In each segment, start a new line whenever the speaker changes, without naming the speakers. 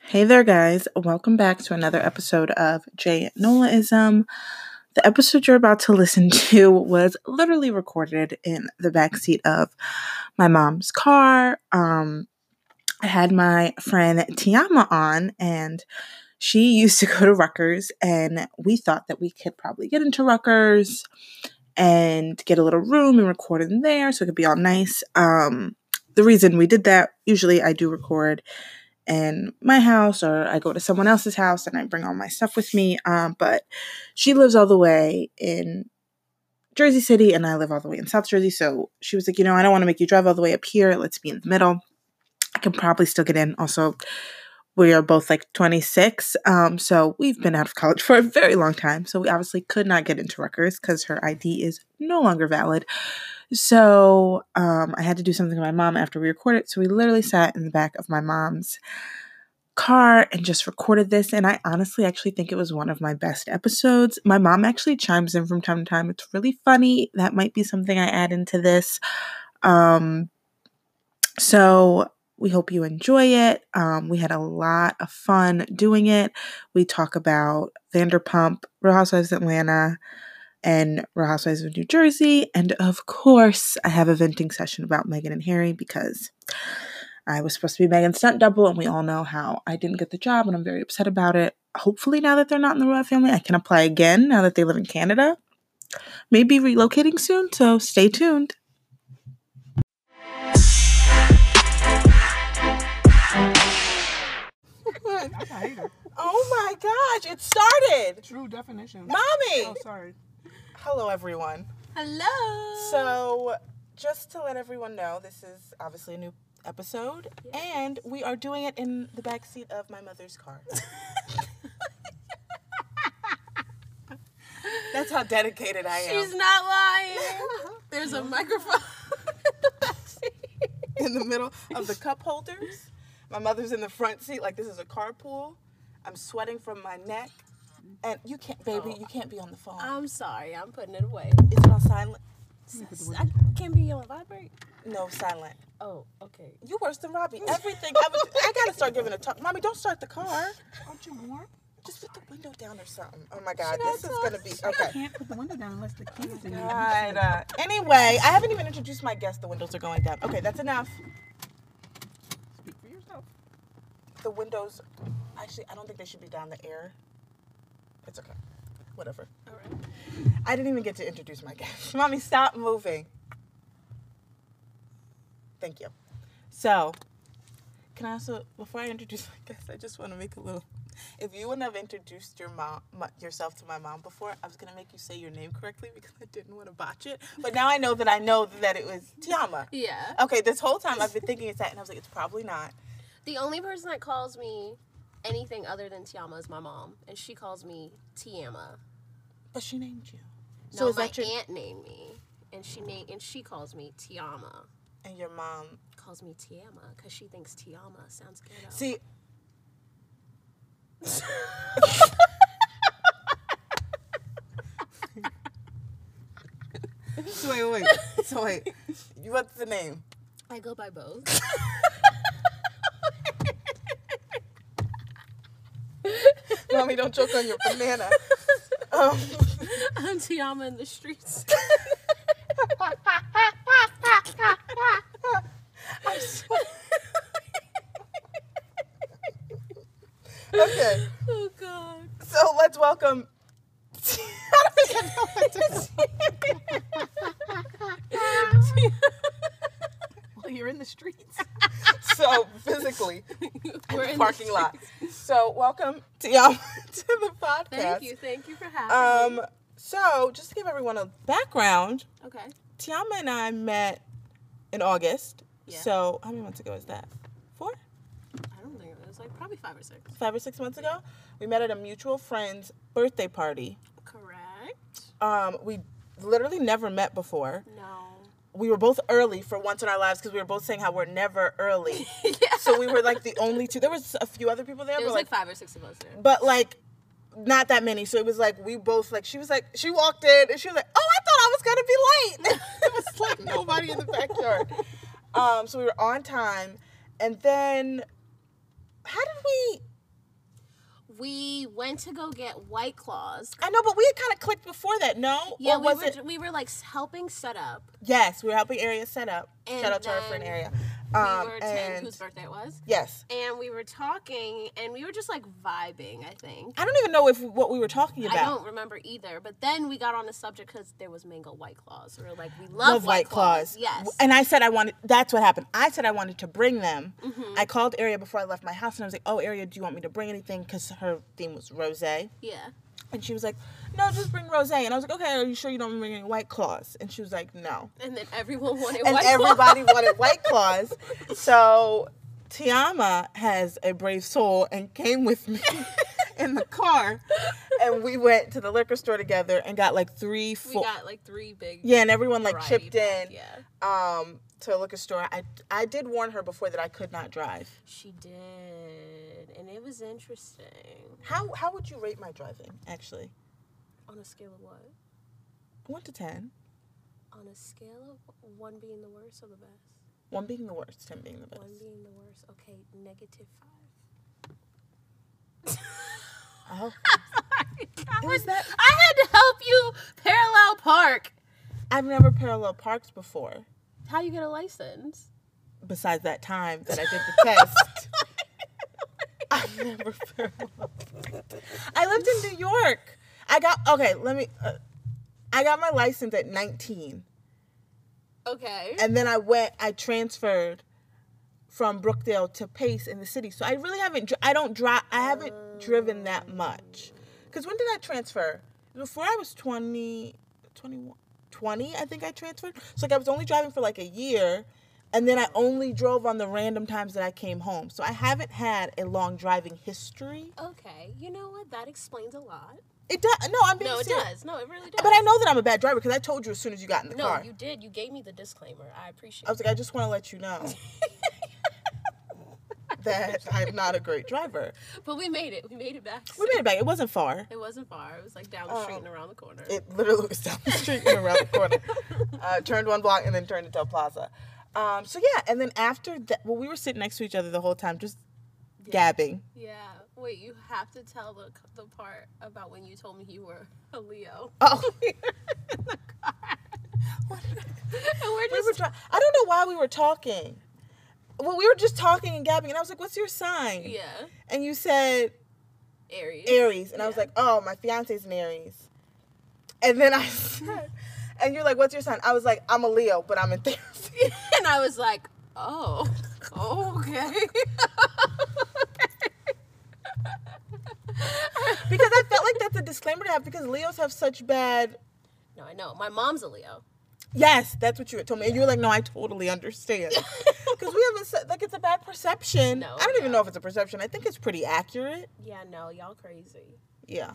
Hey there, guys. Welcome back to another episode of Jay Nolaism. The episode you're about to listen to was literally recorded in the backseat of my mom's car. Um, I had my friend Tiama on, and she used to go to Rutgers, and we thought that we could probably get into Rutgers and get a little room and record in there so it could be all nice. Um, the reason we did that, usually I do record in my house or I go to someone else's house and I bring all my stuff with me. Um, but she lives all the way in Jersey City and I live all the way in South Jersey. So she was like, you know, I don't want to make you drive all the way up here. Let's be in the middle. I can probably still get in. Also, we are both like 26. Um, so we've been out of college for a very long time. So we obviously could not get into Rutgers because her ID is no longer valid. So um, I had to do something with my mom after we recorded. So we literally sat in the back of my mom's car and just recorded this. And I honestly actually think it was one of my best episodes. My mom actually chimes in from time to time. It's really funny. That might be something I add into this. Um, so we hope you enjoy it. Um, we had a lot of fun doing it. We talk about Vanderpump, Real Housewives of Atlanta, and Real Housewives of New Jersey. And of course, I have a venting session about Megan and Harry because I was supposed to be Megan's stunt double, and we all know how I didn't get the job, and I'm very upset about it. Hopefully, now that they're not in the royal family, I can apply again now that they live in Canada. Maybe relocating soon, so stay tuned. Oh my gosh, it started!
True definition.
Mommy!
Oh, sorry.
Hello, everyone.
Hello.
So, just to let everyone know, this is obviously a new episode, and we are doing it in the back seat of my mother's car. That's how dedicated I am.
She's not lying. There's a microphone.
in the middle of the cup holders. My mother's in the front seat, like this is a carpool. I'm sweating from my neck, and you can't, baby, you can't be on the phone.
I'm sorry. I'm putting it away.
it's on silent.
I can't be on vibrate.
No, silent.
Oh, okay.
You worse than Robbie. Everything. I, was, I gotta start giving a talk. Mommy, don't start the car.
Aren't you warm?
Just put the window down or something. Oh my God,
Should I
this is
talk?
gonna be okay.
Can't put the window down unless the kid's in there.
God. uh, anyway, I haven't even introduced my guest. The windows are going down. Okay, that's enough.
Speak for yourself.
The windows. Actually, I don't think they should be down the air. It's okay. Whatever.
All right.
I didn't even get to introduce my guest. Mommy, stop moving. Thank you. So, can I also, before I introduce my guest, I just want to make a little. If you wouldn't have introduced your mom my, yourself to my mom before, I was gonna make you say your name correctly because I didn't want to botch it. But now I know that I know that it was Tiama.
Yeah.
Okay, this whole time I've been thinking it's that, and I was like, it's probably not.
The only person that calls me anything other than Tiama is my mom, and she calls me Tiama.
But she named you.
No,
So is
my
that your-
aunt named me, and she name and she calls me Tiama.
And your mom.
Calls me Tiama because she thinks Tiama sounds good.
See, so wait, wait, wait. so wait. You- What's the name?
I go by both.
Mommy, don't choke on your banana. Um,
I'm Tiama in the streets.
I'm so- okay,
oh God.
so let's welcome. I don't even know what to say.
Well, you're in the streets.
So physically,
We're in the
parking lot. So welcome to, um, to the podcast.
Thank you, thank you for having me.
Um, so just to give everyone a background,
Okay,
Tiama and I met in August.
Yeah.
So how many months ago is that? Four,
I don't think it was like probably five or six.
five or six months ago. We met at a mutual friend's birthday party.
Correct?
Um, we literally never met before.
No.
We were both early for once in our lives because we were both saying how we're never early. So we were like the only two. There was a few other people there, but
There was like
like,
five or six of us there.
but like. Not that many, so it was like we both like. She was like, she walked in and she was like, "Oh, I thought I was gonna be late." it was like nobody in the backyard. Um, so we were on time, and then how did we?
we went to go get White Claws.
I know, but we had kind of clicked before that, no?
Yeah,
or
we
was
were,
it?
we were like s- helping set up.
Yes, we were helping Area set up.
And
Shout out to our friend
then
Area.
We
Um,
were 10,
and
whose birthday it was.
yes,
And we were talking and we were just like vibing, I think.
I don't even know if what we were talking about.
I don't remember either, but then we got on the subject because there was mango white claws. We were like, we love,
Love, White Claws.
Yes.
And I said I wanted. That's what happened. I said I wanted to bring them.
Mm-hmm.
I called Area before I left my house, and I was like, "Oh, Area, do you want me to bring anything?" Because her theme was rose.
yeah.
And she was like, no, just bring rose. And I was like, okay, are you sure you don't bring any white claws? And she was like, no.
And then everyone wanted
And
white claws.
everybody wanted white claws. So Tiama has a brave soul and came with me in the car. And we went to the liquor store together and got like three,
We
four.
got like three big.
yeah, and everyone like
variety
chipped
pack,
in
Yeah.
um, to a liquor store. I, I did warn her before that I could not drive.
She did. And it was interesting.
How, how would you rate my driving, actually?
On a scale of what?
One to ten.
On a scale of one being the worst or the best?
One being the worst, ten being the best.
One being the worst. Okay, negative five.
Oh.
I
was that-
I had to help you parallel park.
I've never parallel parked before,
How you get a license?
besides that time that I did the test. I've never parallel parked. I lived in New York. I got, okay, let me, uh, I got my license at 19.
Okay.
And then I went, I transferred from Brookdale to Pace in the city. So I really haven't, dri- I don't drive, I haven't driven that much. Because when did I transfer? Before I was 20, 21, 20, I think I transferred. So like I was only driving for like a year. And then I only drove on the random times that I came home. So I haven't had a long driving history.
Okay. You know what? That explains a lot.
It does, no, I'm being
No, it
serious.
does. No, it really does.
But I know that I'm a bad driver because I told you as soon as you got in the
No,
car.
you did. You gave me the disclaimer. I appreciate
I was like, I just want to let you know that I'm not a great driver.
it. But we made it. We made it back.
We made it back. It wasn't far.
It wasn't far. It was like down the street and around the corner.
Oh. It literally was down the street and around the corner. Uh, turned one block and then turned into a plaza. Um, so yeah, and then after that, well, we were sitting next to each other the whole time, just gabbing.
yeah. Wait, you have to tell the the part about when you told me you were a Leo.
Oh,
And we're
we
just
were. Tra- I don't know why we were talking. Well, we were just talking and gabbing, and I was like, "What's your sign?"
yeah,
And you said
Aries.
Aries. And I was
Yeah.
like, oh, my fiance's an Aries. And then I said, and you're like, what's your sign? I was like, I'm a Leo, but I'm in therapy.
and I was like, oh, okay.
because I felt like that's a disclaimer to have because Leos have such bad.
no, I know. My mom's a Leo.
Yes, that's what you had told me. And you were like, no, I totally understand. Because we haven't, said- like, it's a bad perception.
No,
I don't even
no.
know if it's a perception. I think it's pretty accurate.
Yeah, no, y'all crazy.
Yeah.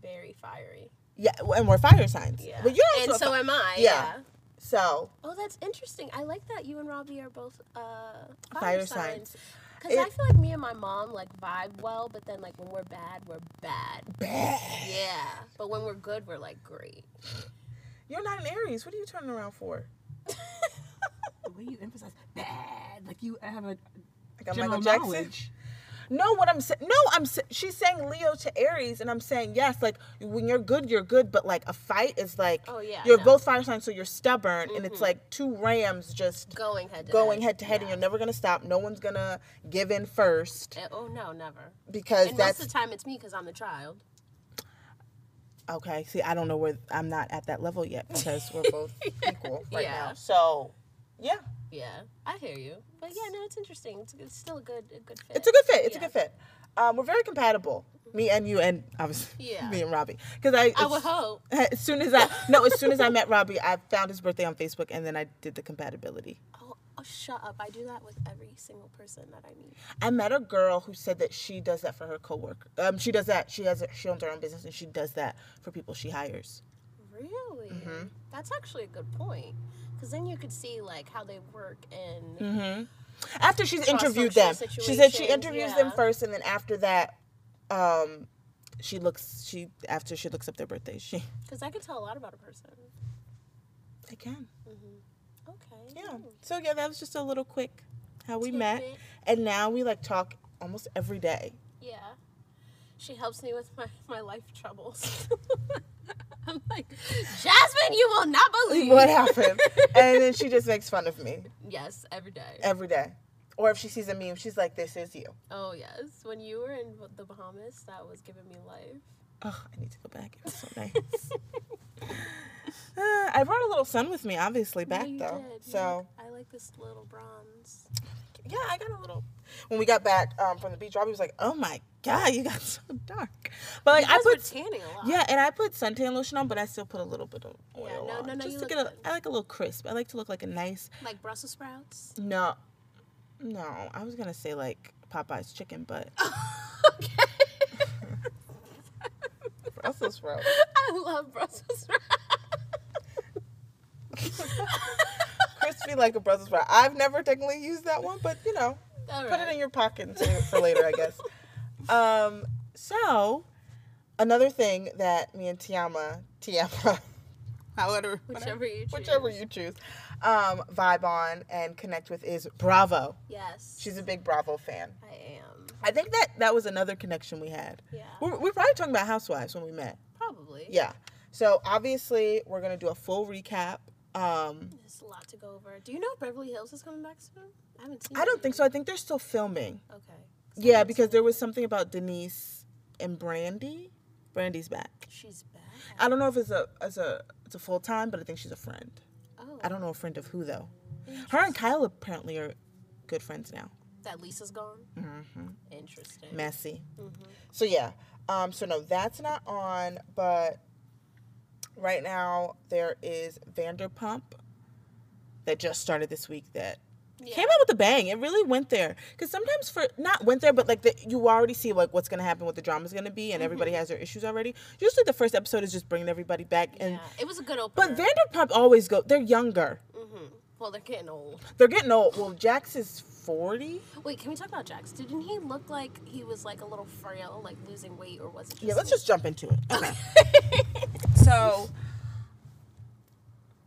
Very fiery.
Yeah, and we're fire signs.
Yeah.
But you're also.
and
a
so
fi-
am I.
Yeah.
yeah.
so,
Oh, that's interesting. I like that you and Robbie are both uh,
Fire signs.
Because I
It-
feel like me and my mom like vibe well, but then like when we're bad, we're bad.
bad.
Yeah. But when we're good, we're like great.
You're not an Aries. What are you turning around for?
The way you emphasize bad, like you have a
Like, I'm
general
Michael Jackson.
knowledge.
No, what I'm saying. No, I'm. sa- She's saying Leo to Aries, and I'm saying yes. Like when you're good, you're good, but like a fight is like.
Oh, yeah, Mm-hmm.
You're
no.
both fire signs, so you're stubborn, and it's like two rams just
Going head to
going
head.
head to head, and you're never gonna stop. No one's gonna give in first
Eh, Oh no, never.
because
And
that's
most of the time it's me because I'm the child.
okay. See, I don't know where I'm not at that level yet because we're both equal right
Yeah.
now. So, yeah,
Yeah, I hear you. But yeah, no, it's interesting. It's, it's still a good, a good fit.
it's a good fit. It's
Yeah.
a good fit. Um, we're very compatible. Me and you, and obviously
Yeah.
me and Robbie, because I.
I
it's-
would hope.
As soon as I no, as soon as I met Robbie, I found his birthday on Facebook, and then I did the compatibility.
Oh, oh, shut up! I do that with every single person that I meet.
I met a girl who said that she does that for her coworker. Um, she does that. She has a, she owns her own business, and she does that for people she hires.
Really?
Mm-hmm.
That's actually a good point. Because then you could see like how they work and
Mm-hmm. After she's interviewed them,
Cross-functional
she said she
situations,
interviews
yeah.
them first, and then after that, um, she looks she after she looks up their birthdays. She
because I could tell a lot about a person.
I can
Okay.
yeah.
Ooh.
So yeah, that was just a little quick how we met,
Tidbit.
and now we like talk almost every day.
Yeah. She helps me with my, my life troubles. I'm like, Jasmine, you will not believe
What happened? and then she just makes fun of me
Yes, every day.
every day. Or if she sees a meme, she's like, "This is you."
Oh yes, when you were in the Bahamas, that was giving me life.
Oh, I need to go back. It was so nice. Uh, I brought a little sun with me, obviously, back
you
though.
did. You're
So
like, I like this little bronze.
yeah, I got a little. When we got back um, from the beach, Robbie was like, "Oh my god, you got so dark." But like, I
Guys were
put
tanning a lot.
yeah, and I put suntan lotion on, but I still put a little bit of oil
no,
on
no, no,
just
you
to
look
get a.
good.
I like a little crisp. I like to look like a nice
Like Brussels sprouts.
no, no. I was gonna say like Popeye's chicken, but
okay.
Brussels sprouts.
I love Brussels sprouts.
crispy like a Brussels sprout. I've never technically used that one, but you know,
All
put it
right.
in your pocket and save it for later, I guess. Um, so another thing that me and Tiama, Tiama, however,
Whichever you choose.
whichever you choose, um, vibe on and connect with is Bravo.
Yes.
She's a big Bravo fan.
I am.
I think that that was another connection we had.
Yeah.
We we're, we're probably talking about Housewives when we met.
Probably.
Yeah. So obviously we're gonna do a full recap. Um,
There's a lot to go over. Do you know if Beverly Hills is coming back soon? I haven't seen
I don't
it.
think so. I think they're still filming.
Okay.
Yeah, because there was something about Denise and Brandy. Brandy's back.
She's back.
I don't know if it's a as a it's a full time, but I think she's a friend.
Oh.
I don't know a friend of who though. Her and Kyle apparently are good friends now.
That Lisa's gone? Mm-hmm. Interesting.
Messy.
Mm-hmm.
So yeah. Um, so no, that's not on. But right now there is Vanderpump that just started this week that
Yeah.
came out with a bang. It really went there because sometimes for not went there, but like the, you already see like what's gonna happen, what the drama's gonna be, and everybody
Mm-hmm.
has their issues already. Usually the first episode is just bringing everybody back, and
yeah. It was a good
but
opener.
Vanderpump always go. They're younger.
well, they're getting old.
They're getting old. Well, Jax is forty.
Wait, can we talk about Jax? Didn't he look like he was like a little frail, like losing weight, or was it just?
Yeah, let's
me?
just jump into it. Okay. so,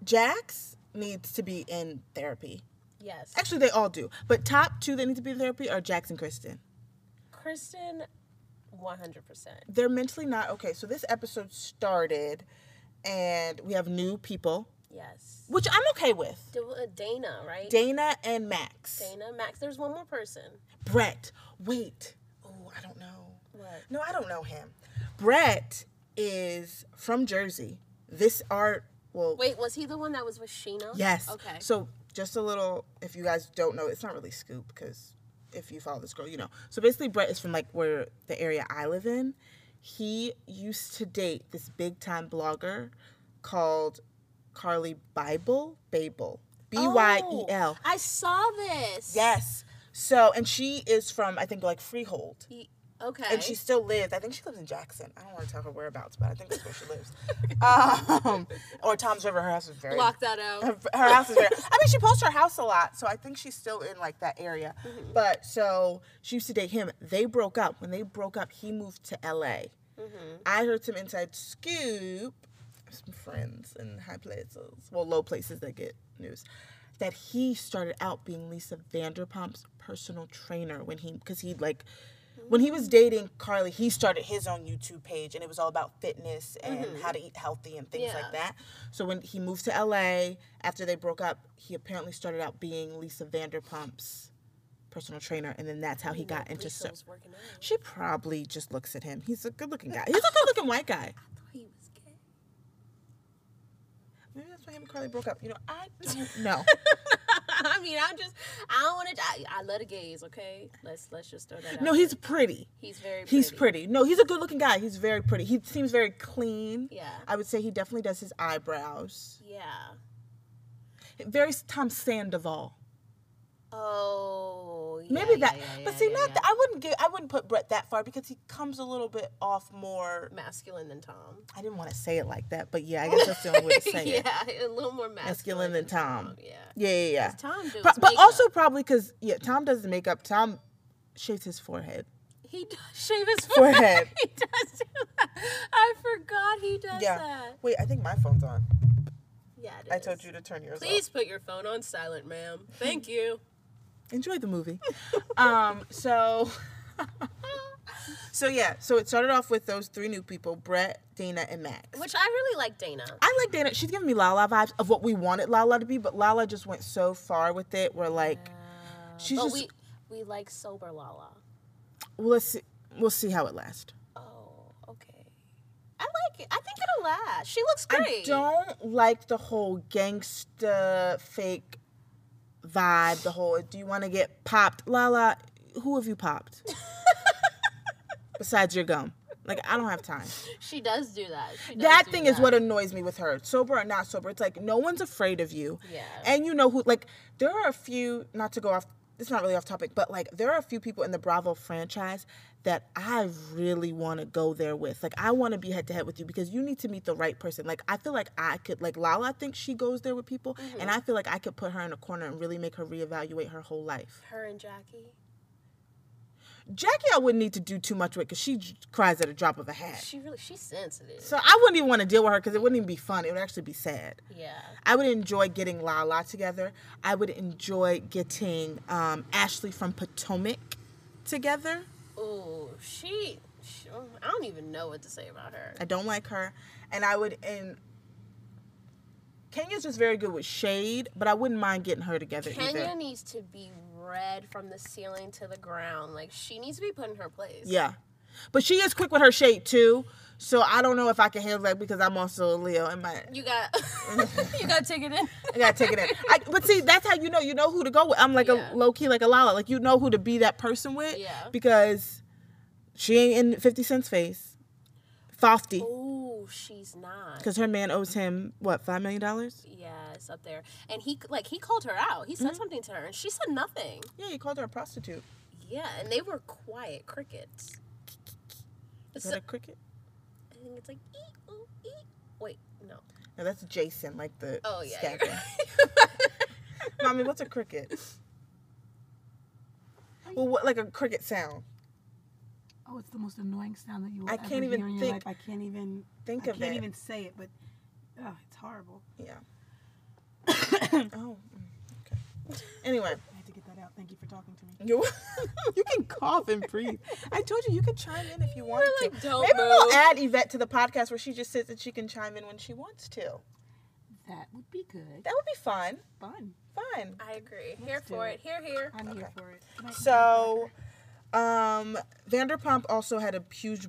Jax needs to be in therapy.
Yes.
Actually, they all do. But top two that need to be in therapy are Jax and Kristen.
Kristen, one hundred percent.
They're mentally not okay. So this episode started, and we have new people,
Yes.
which I'm okay with.
Da- uh, Dana, right?
Dana and Max.
Dana, Max. There's one more person.
Brett. Wait. Oh, I don't know.
What?
No, I don't know him. Brett is from Jersey. This art. Well,
Wait, was he the one that was with Sheena?
Yes.
Okay.
So just a little, if you guys don't know, it's not really scoop because if you follow this girl, you know. So basically, Brett is from like where the area I live in. He used to date this big time blogger called Carly Bible Babel B Y E L.
Oh, I saw this.
Yes. So and she is from I think like Freehold.
He- okay.
And she still lives. I think she lives in Jackson. I don't want to tell her whereabouts, but I think that's where she lives. um, or Tom's River. Her house is very
blocked that out.
her, her house is very. I mean, she posts her house a lot, so I think she's still in like that area. But so she used to date him. They broke up. When they broke up, he moved to LA. I heard some inside scoop, some friends in high places, well, low places that get news, that he started out being Lisa Vanderpump's personal trainer when he, because he like, when he was dating Carly, he started his own YouTube page and it was all about fitness and how to eat healthy and things like that. So when he moved to LA after they broke up, he apparently started out being Lisa Vanderpump's personal trainer and then that's how he got into so
was working out.
she probably just looks at him. He's a good looking guy. He's a good looking white guy.
He was gay.
Maybe that's why him and Carly broke up. You know, I don't know.
I mean, I'm just. I don't want to. I, I let a gaze. Okay. Let's let's just throw that out.
No, he's pretty.
He's very.
He's pretty. No, he's a good looking guy. He's very pretty. He seems very clean.
Yeah.
I would say he definitely does his eyebrows.
Yeah.
Very Tom Sandoval.
Oh, yeah,
Maybe
yeah,
that.
yeah,
but
yeah,
see,
yeah,
not
yeah.
that. I wouldn't give. I wouldn't put Brett that far because he comes a little bit off more.
masculine than Tom.
I didn't want to say it like that, but yeah, I guess that's the only way to say it.
yeah, a little more masculine, oh,
Masculine than Tom.
Yeah,
Yeah, yeah, yeah.
Tom does
Pro- but
makeup.
also probably because yeah, Tom does the makeup. Tom shaves his forehead.
he does shave his
Forehead.
forehead. he does do that. I forgot he does that.
Wait, I think my phone's on.
Yeah, it
I
is.
told you to turn yours
Please put your phone on silent, ma'am. Thank you.
off. Enjoy the movie. um. So. So yeah, so it started off with those three new people, Brett, Dana, and Max.
Which I really like Dana.
I like Dana. She's giving me Lala vibes of what we wanted Lala to be, but Lala just went so far with it. We're like, she's
But
just.
we we like sober Lala.
well, let's see. We'll see how it lasts.
Oh, okay. I like it. I think it'll last. She looks great.
I don't like the whole gangsta fake vibe. The whole do you want to get popped, Lala? Who have you popped? Besides your gum, like I don't have time.
She does do that. She does
that
do
thing
that.
is what annoys me with her sober or not sober it's like no one's afraid of you
Yeah.
and you know who like there are a few not to go off it's not really off topic but like there are a few people in the bravo franchise that i really want to go there with like i want to be head to head with you because you need to meet the right person like i feel like i could like lala thinks she goes there with people
Mm-hmm.
and i feel like i could put her in a corner and really make her reevaluate her whole life
her and Jackie.
jackie i wouldn't need to do too much with because she j- cries at a drop of a hat
She really she's sensitive.
so i wouldn't even want to deal with her because it wouldn't even be fun it would actually be sad
yeah.
I would enjoy getting Lala together. I would enjoy getting um, Ashley from Potomac together.
Ooh, she, she. I don't even know what to say about her.
I don't like her. And I would, and Kenya's just very good with shade, but I wouldn't mind getting her together
Kenya
either.
needs to be red from the ceiling to the ground. Like she needs to be put in her place.
Yeah. But she is quick with her shade too. So I don't know if I can handle that because I'm also a Leo and my
You got. you got to take it in.
I gotta take it in. I, but see, that's how you know you know who to go with. I'm like
Yeah.
a low key, like a Lala, like you know who to be that person with.
Yeah.
Because she ain't in Fifty Cent's face. Fofty,
Ooh, she's not.
because her man owes him what five million dollars.
Yeah, it's up there. And he like he called her out. He said
Mm-hmm.
something to her, and she said nothing.
Yeah, he called her a prostitute.
Yeah, and they were quiet crickets.
Is
So-
that a cricket?
I think it's like eek, ooh, eek. Wait, no.
No, that's Jason, like the
Oh yeah.
scabber.
you're right.
Mommy, what's a cricket? Well, what like a cricket sound?
Oh, it's the most annoying sound that you will
I
ever
can't even
hear in your
think-
life. I can't even
think
I
of
can't
it.
even say it, but oh, it's horrible.
Yeah. oh. mm, Okay. Anyway,
I had to get that out. Thank you for talking to me.
you you can cough and breathe. I told you you could chime in if you want
We're
to.
like, don't
Maybe we'll
move.
add Yvette to the podcast where she just sits and she can chime in when she wants to.
That would be good.
That would be fun.
Fun.
Fun.
I agree. Here
do
for
it.
it. Here, here.
I'm here for it. Can I-
So, um, Vanderpump also had a huge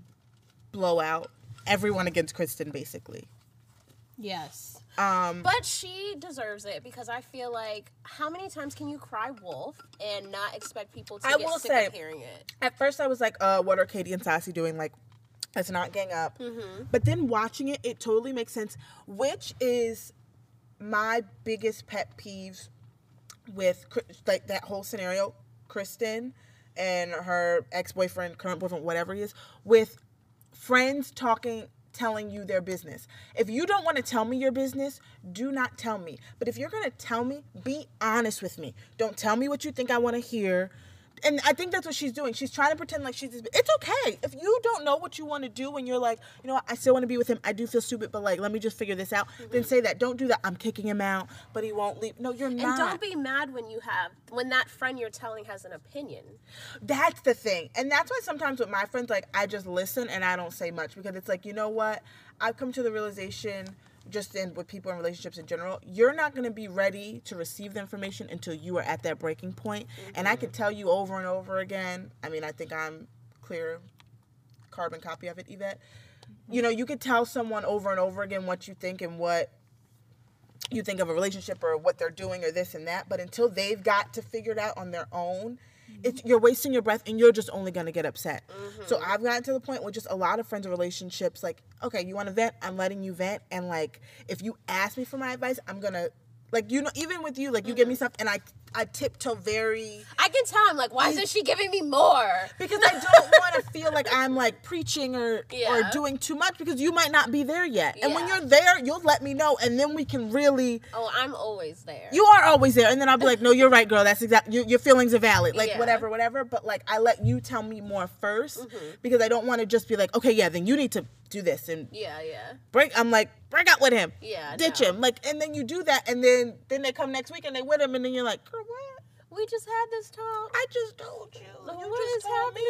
blowout. Everyone against Kristen, basically.
Yes.
Um,
But she deserves it because I feel like how many times can you cry wolf and not expect people to
I
get
will
sick
say-
of hearing it?
at first I was like, uh, what are Katie and Sassy doing? Like, let's not gang up.
Mm-hmm.
But then watching it, it totally makes sense, which is my biggest pet peeves with Kri- like that whole scenario, Kristen and her ex boyfriend, current boyfriend, whatever he is, with friends talking telling you their business. If you don't want to tell me your business, do not tell me. But if you're going to tell me, be honest with me. Don't tell me what you think I want to hear. And I think that's what she's doing. She's trying to pretend like she's this, it's okay. If you don't know what you want to do and you're like, you know what, I still want to be with him. I do feel stupid, but like let me just figure this out. Then say that. Don't do that. I'm kicking him out, but he won't leave. No, you're
Mm-hmm. And
not.
don't be mad when you have when that friend you're telling has an opinion.
That's the thing. And that's why sometimes with my friends, like, I just listen and I don't say much because it's like, you know what? I've come to the realization, just in with people in relationships in general, you're not going to be ready to receive the information until you are at that breaking point. And I can tell you over and over again. I mean, I think I'm clear carbon copy of it, Yvette. You know, you could tell someone over and over again what you think and what you think of a relationship or what they're doing or this and that, but until they've got to figure it out on their own,
Mm-hmm.
it's, you're wasting your breath and you're just only gonna get upset. So I've gotten to the point where just a lot of friends and relationships, like, okay, you want to vent? I'm letting you vent, and like, if you ask me for my advice, I'm gonna, like, you know, even with you, like, you give
Mm-hmm.
me stuff, and I, I tiptoe very
I can tell I'm like, why isn't she giving me more?
because I don't want to feel like I'm like preaching or or
Yeah.
doing too much because you might not be there yet. And when
Yeah.
you're there, you'll let me know, and then we can really.
Oh, I'm always there.
You are always there, and then I'll be like, "No, you're right, girl. That's exactly your, your feelings are valid. Like
Yeah.
whatever, whatever." But like, I let you tell me more 1st
Mm-hmm.
because I don't want to just be like, "Okay, yeah, then you need to do this and
Yeah, yeah.
break." I'm like, break up with him,
Yeah,
ditch
no.
him, like, and then you do that, and then then they come next week and they with him, and then you're like, "Girl, what?
We just had this talk.
I just told you.
What
you
is
just told me."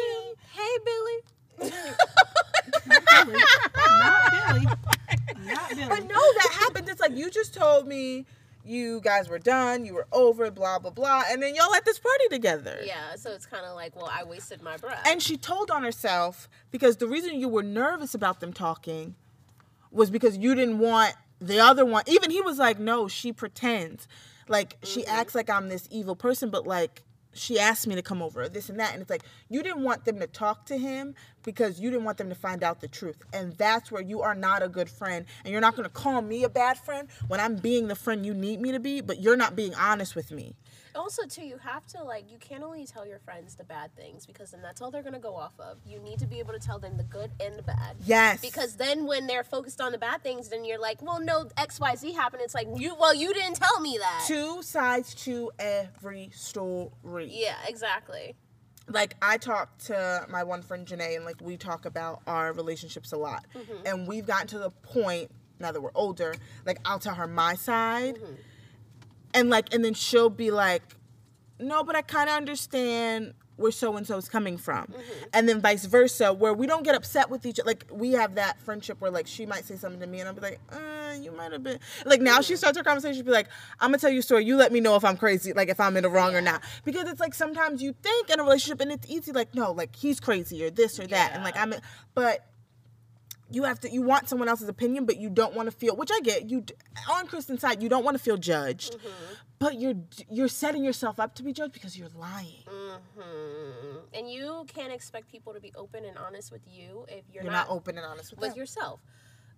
happening? Hey, Billy.
told me you guys were done, you were over, blah blah blah, and then y'all at this party together.
Yeah, so it's kind of like, well, I wasted my breath.
And she told on herself because the reason you were nervous about them talking was because you didn't want the other one. Even he was like, no, she pretends. Like, she acts like I'm this evil person, but like, she asked me to come over, this and that. And it's like, you didn't want them to talk to him because you didn't want them to find out the truth. And that's where you are not a good friend. And you're not going to call me a bad friend when I'm being the friend you need me to be, but you're not being honest with me.
also, too, you have to like, you can't only tell your friends the bad things because then that's all they're gonna go off of. You need to be able to tell them the good and the bad.
Yes.
Because then when they're focused on the bad things, then you're like, well, no, X Y Z happened. It's like you, well, you didn't tell me that.
two sides to every story.
yeah, exactly.
like I talk to my one friend Janae, and like we talk about our relationships a lot, and we've gotten to the point now that we're older. Like I'll tell her my side, and like, and then she'll be like, "No, but I kind of understand." Where so and so is coming from, and then vice versa, where we don't get upset with each other. Like we have that friendship where like she might say something to me, and I'll be like, uh, "You might have been like." Now she starts her conversation, she'll be like, "I'm gonna tell you a story. You let me know if I'm crazy, like if I'm in the wrong or not." Because it's like sometimes you think in a relationship, and it's easy, like no, like he's crazy or this or that, and like I'm, in- but you have to you want someone else's opinion but you don't want to feel which i get you d- on kristen's side you don't want to feel judged
Mm-hmm.
but you're d- you're setting yourself up to be judged because you're lying
Mm-hmm. Hmm. And you can't expect people to be open and honest with you if you're,
you're
not,
not open and honest with,
with
them.
yourself,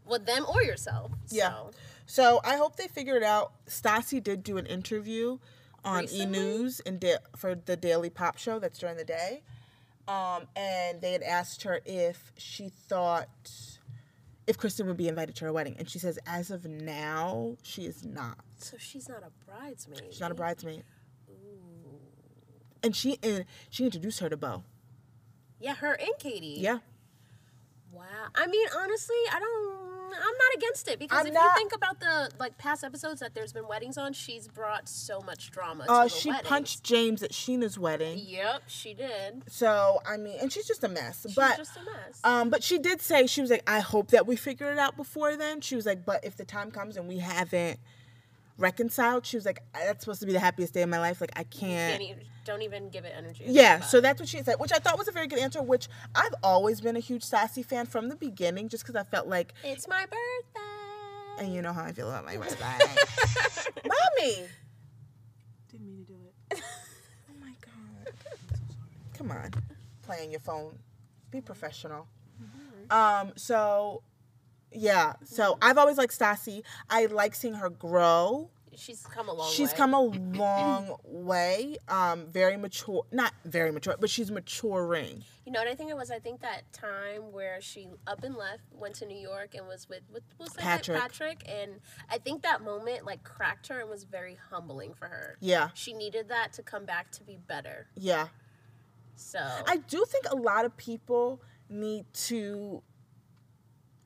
with them or yourself.
yeah
So.
so i hope they figured it out stasi did do an interview on e
Recently?
news and da- for the daily pop show that's during the day um, and they had asked her if she thought if kristen would be invited to her wedding and she says as of now she is not
So she's not a bridesmaid.
She's not a bridesmaid. And she and she introduced her to Bo.
Yeah, her and Katie.
Yeah.
Wow. I mean, honestly, I don't. I'm not against it because
I'm
if
not-
you think about the like past episodes that there's been weddings on, she's brought so much drama.
Uh,
to the
she
weddings.
punched James at Sheena's wedding.
Yep, she did.
So I mean, and she's just a mess.
She's
but
just a mess.
um, but she did say she was like, I hope that we figure it out before then. She was like, but if the time comes and we haven't reconciled, she was like, that's supposed to be the happiest day of my life. Like I
Can't even, don't even give it energy. to
Yeah,
think
so that's what she said, which I thought was a very good answer. Which I've always been a huge Sassy fan from the beginning, just because I felt like,
about it. it's my birthday.
and you know how I feel about my birthday. Mommy,
Didn't mean to do it.
Oh my god. Come on. Playing your phone. Be professional. Um, so yeah, so I've always liked Stassi. I like seeing her grow.
She's come a long
She's
way.
come a long way. Um, very mature not very mature, but she's maturing.
You know what I think it was? I think that time where she up and left, went to New York, and was with with what's that guy?
Patrick.
Patrick, and I think that moment like cracked her and was very humbling for her.
Yeah.
She needed that to come back to be better.
Yeah.
So
I do think a lot of people need to.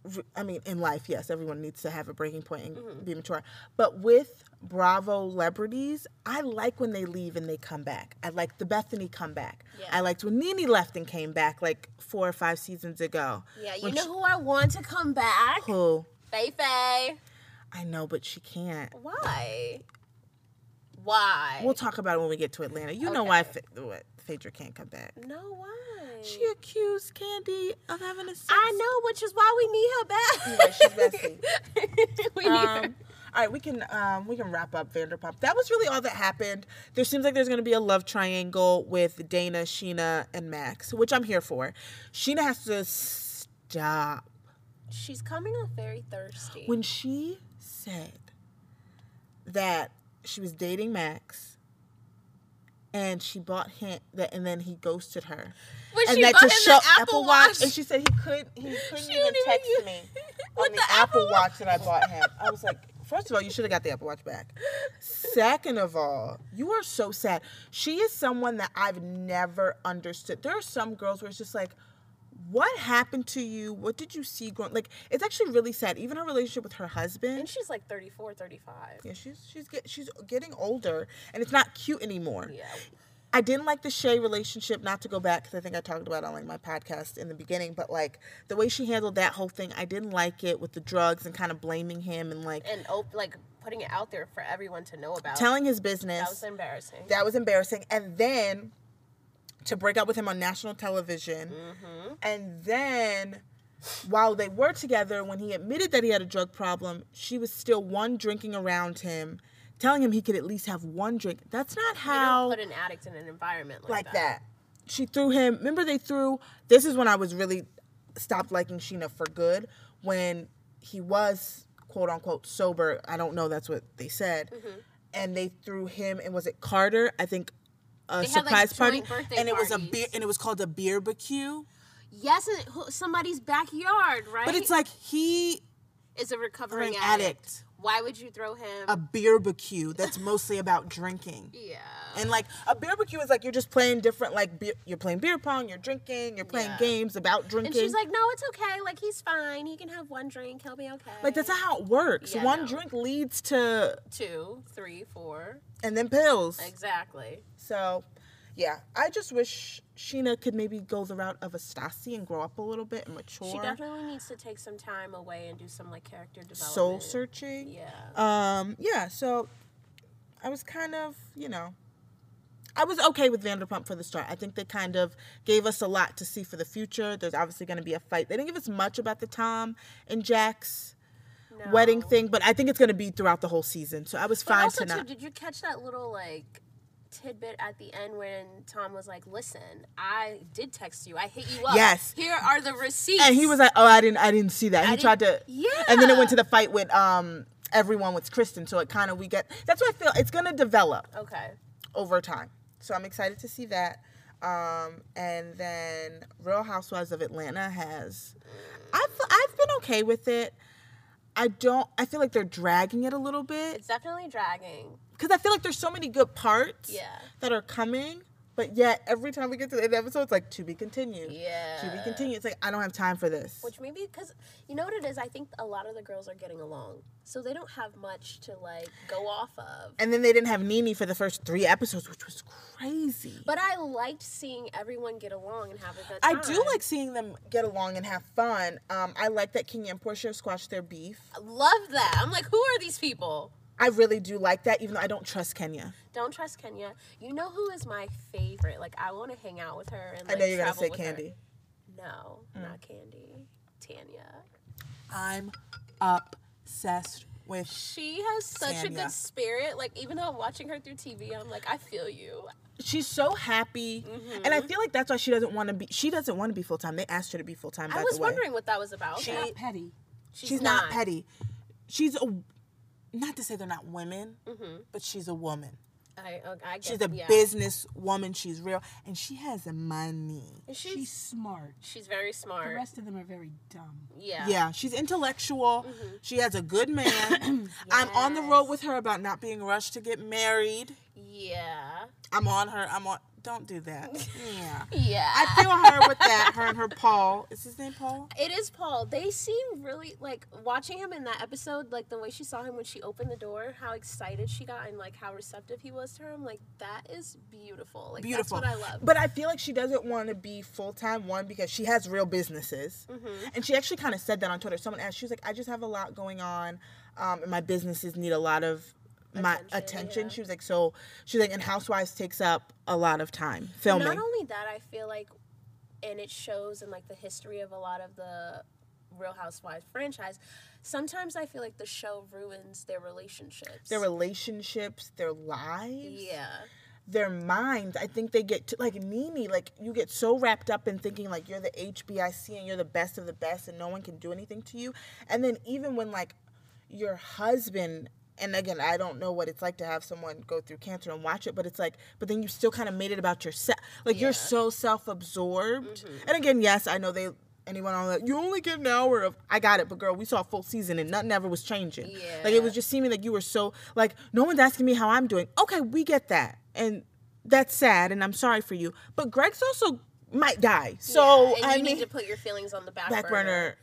re- I mean, in life, yes, everyone needs to have a breaking point and
Mm-hmm.
be mature. But with Bravo celebrities, I like when they leave and they come back. I like the Bethany come back.
Yeah.
I liked when Nene left and came back like four or five seasons ago.
yeah, you
When
know who I want to come back?
she- who?
Fei Fei.
I know, but she can't.
Why? Why?
We'll talk about it when we get to Atlanta. You know why Fa- what, Phaedra can't come back.
no, why?
She accused Candy of having a sex.
I know, which is why we need her back.
Anyway, she's messy.
we need her.
Um, all right, we can um, we can wrap up Vanderpump. That was really all that happened. There seems like there's going to be a love triangle with Dana, Sheena, and Max, which I'm here for. Sheena has to stop
She's coming off very thirsty.
when she said that she was dating Max, and she bought him that, and then he ghosted her,
When
and
she
that
bought him the Apple Watch.
and she said he couldn't he couldn't
She
even
didn't even
text
use-
me
With
on the,
the
Apple,
Apple
Watch that I bought him. I was like, first of all, you should have got the Apple Watch back. Second of all, you are so sad. She is someone that I've never understood. There are some girls where it's just like, what happened to you? What did you see growing? Like, it's actually really sad. Even her relationship with her husband.
and she's like 34, 35.
Yeah, she's she's get, she's getting older, and it's not cute anymore.
Yeah.
I didn't like the Shay relationship, not to go back because I think I talked about it on like my podcast in the beginning, but like the way she handled that whole thing, I didn't like it with the drugs and kind of blaming him and like
and op- like putting it out there for everyone to know about.
telling his business.
that was embarrassing.
that was embarrassing. And then to break up with him on national television.
Mm-hmm.
And then while they were together, when he admitted that he had a drug problem, she was still one drinking around him, telling him he could at least have one drink. That's not
You
how
don't put an addict in an environment like,
like that. She threw him. Remember they threw. This is when I was really stopped liking Sheena for good. When he was quote unquote sober. I don't know. That's what they said.
Mm-hmm.
And they threw him. And was it Carter? I think a
They had, like,
surprise party.
joint birthday
And it was a
parties.
beer. And it was called a beer barbecue.
Yes, it- who- somebody's backyard, right?
But it's like he
is a recovering
an
addict.
addict.
Why would you throw him?
A beer barbecue. That's mostly about drinking.
yeah.
And like a beer barbecue is like you're just playing different like beer, you're playing beer pong, you're drinking, you're playing
Yeah.
games about drinking.
And she's like, no, it's okay. Like he's fine. He can have one drink. He'll be okay.
Like that's not how it works.
Yeah,
One
no.
drink leads to
two, three, four.
and then pills.
Exactly.
So, yeah, I just wish Sheena could maybe go the route of a Stasi and grow up a little bit and mature.
She definitely needs to take some time away and do some like character development.
soul searching.
Yeah.
Um, yeah, so I was kind of, you know, I was okay with Vanderpump for the start. I think they kind of gave us a lot to see for the future. There's obviously going to be a fight. They didn't give us much about the Tom and Jack's
No.
wedding thing, but I think it's going to be throughout the whole season. So I was
But
fine
also,
to not.
too, did you catch that little like tidbit at the end when Tom was like, "Listen, I did text you. I hit you up.
Yes.
Here are the receipts."
and he was like, "Oh, I didn't, I didn't see that." he tried to,
didn't- yeah.
And then it went to the fight with um everyone with Kristen, so it kind of we get. That's what I feel. It's gonna develop
"Okay,
over time, so I'm excited to see that. Um, and then Real Housewives of Atlanta has, I've I've been okay with it. I don't. I feel like they're dragging it a little bit
it's definitely dragging."
because I feel like there's so many good parts
Yeah.
that are coming, but yet every time we get to the end of the episode, it's like to be continued. To be
Yeah.
continued. It's like I don't have time for this.
Which maybe because you know what it is, I think a lot of the girls are getting along, so they don't have much to like go off of.
And then they didn't have Nene for the first three episodes, which was crazy.
But I liked seeing everyone get along and have a good
I
time.
do like seeing them get along and have fun. Um, I like that King and Portia squashed their beef.
love that. I'm like, who are these people?
I really do like that, even though I don't trust Kenya.
Don't trust Kenya. You know who is my favorite? Like, I want to hang out with her and
I
like,
know you're gonna
travel
say
with her.
Candy. Hmm.
No, not Candy. Tanya.
I'm obsessed with.
She has such a
Tanya.
good spirit. Like, even though I'm watching her through TV, I'm like, I feel you.
She's so happy, and
Mm-hmm.
I feel like that's why she doesn't want to be. She doesn't want to be full time. They asked her to be full time.
I
by
was
the way.
wondering what that was about.
She-
Okay.
petty.
she's,
She's, not, petty. She's a. Not to say they're not women, but she's a woman.
mm-hmm. I, okay, I
She's
get-
a
yeah.
business woman. She's real, and she has money.
And She's,
She's
she's,
smart.
very
The
smart.
rest of them are very dumb.
Yeah. Mm-hmm.
Yeah, she's intellectual. She has a good man. I'm on the road with her about not being rushed to get married.
Yeah.
I'm on her. I'm on. Don't do that. Yeah.
Yeah.
I feel her with that. Her and her Paul. Is his name Paul?
It is Paul. They seem really like watching him in that episode, like the way she saw him when she opened the door, how excited she got and like how receptive he was to her. I'm like, that is beautiful. Like
Beautiful.
that's what I love.
But I feel like she doesn't want to be full time one because she has real businesses,
Mm-hmm.
and she actually kind of said that on Twitter. Someone asked, she was like, "I just have a lot going on, um, and my businesses need a lot of." My attention.
Attention, yeah.
She was like, so she's like, and Housewives takes up a lot of time filming.
Not only that, I feel like and it shows in like the history of a lot of the Real Housewives franchise. Sometimes I feel like the show ruins their relationships.
their relationships, their lives,
yeah.
their minds. I think they get to, like Nene, like you get so wrapped up in thinking like you're the HBIC and you're the best of the best and no one can do anything to you. And then even when like your husband and again, I don't know what it's like to have someone go through cancer and watch it, but it's like, but then you still kind of made it about yourself. Like you're so self-absorbed.
Mm-hmm.
And again, yes, I know they anyone on that you only get an hour of I got it, but girl, we saw a full season and nothing ever was changing. Like it was just seeming like you were so like no one's asking me how I'm doing. Okay, we get that, and that's sad, and I'm sorry for you. But Greg's also might die, so
and
Oh, I
you
mean
need to put your feelings on the back,
back burner.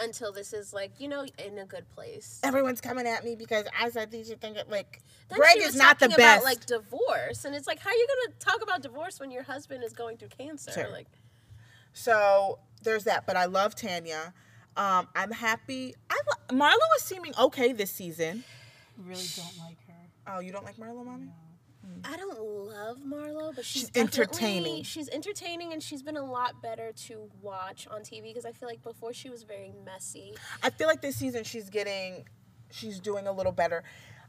until this is like you know in a good place.
Everyone's coming at me because I said these should think it like
Then
Greg
she was
is not the
talking about,
best.
like divorce, and it's like, how are you gonna talk about divorce when your husband is going through cancer?
Sure.
Like,
So there's that. But I love Tanya. Um, I'm happy. I lo- Marlo was seeming okay this season.
Really don't like her.
Oh, you don't like Marlo, mommy?
I don't love Marlo, but she's,
She's
definitely-
entertaining.
She's entertaining, and she's been a lot better to watch on TV because I feel like before she was very messy.
I feel like this season she's getting, she's doing a little better.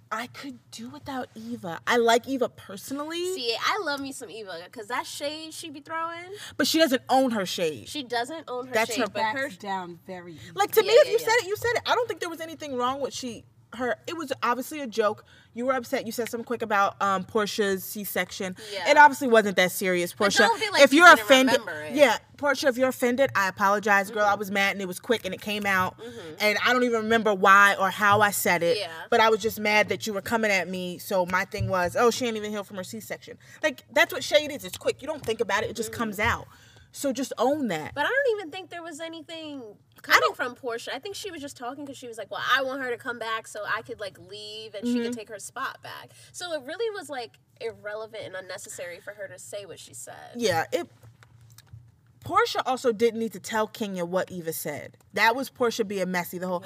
I could do without Eva. I like Eva personally,
See, I love me some Eva because that shade she be throwing,
but she doesn't own her shade.
she doesn't own her
That's
shade,
her
but her
Backs down very easy.
Like to me,
Yeah,
if
yeah,
you
yeah.
said it, you said it. I don't think there was anything wrong with she her. It was obviously a joke. You were upset. You said something quick about um, Portia's C-section.
Yeah.
It obviously wasn't that serious, Portia.
don't be like
if
you
you're
didn't
offended,
remember it. Mm-hmm.
yeah, Portia, if you're offended, I apologize, girl. I was mad and it was quick and it came out, and I don't even remember why or how I said it.
Yeah.
But I was just mad that you were coming at me. So my thing was, oh, she ain't even healed from her C-section. Like that's what shade is. It's quick. You don't think about it. It
Mm-hmm.
just comes out. So just own that.
But I don't even think there was anything coming from Portia. I think she was just talking because she was like, "Well, I want her to come back so I could like leave and she could
Mm-hmm.
take her spot back." So it really was like irrelevant and unnecessary for her to say what she said.
yeah, it. Portia also didn't need to tell Kenya what Eva said. That was Portia being messy. The whole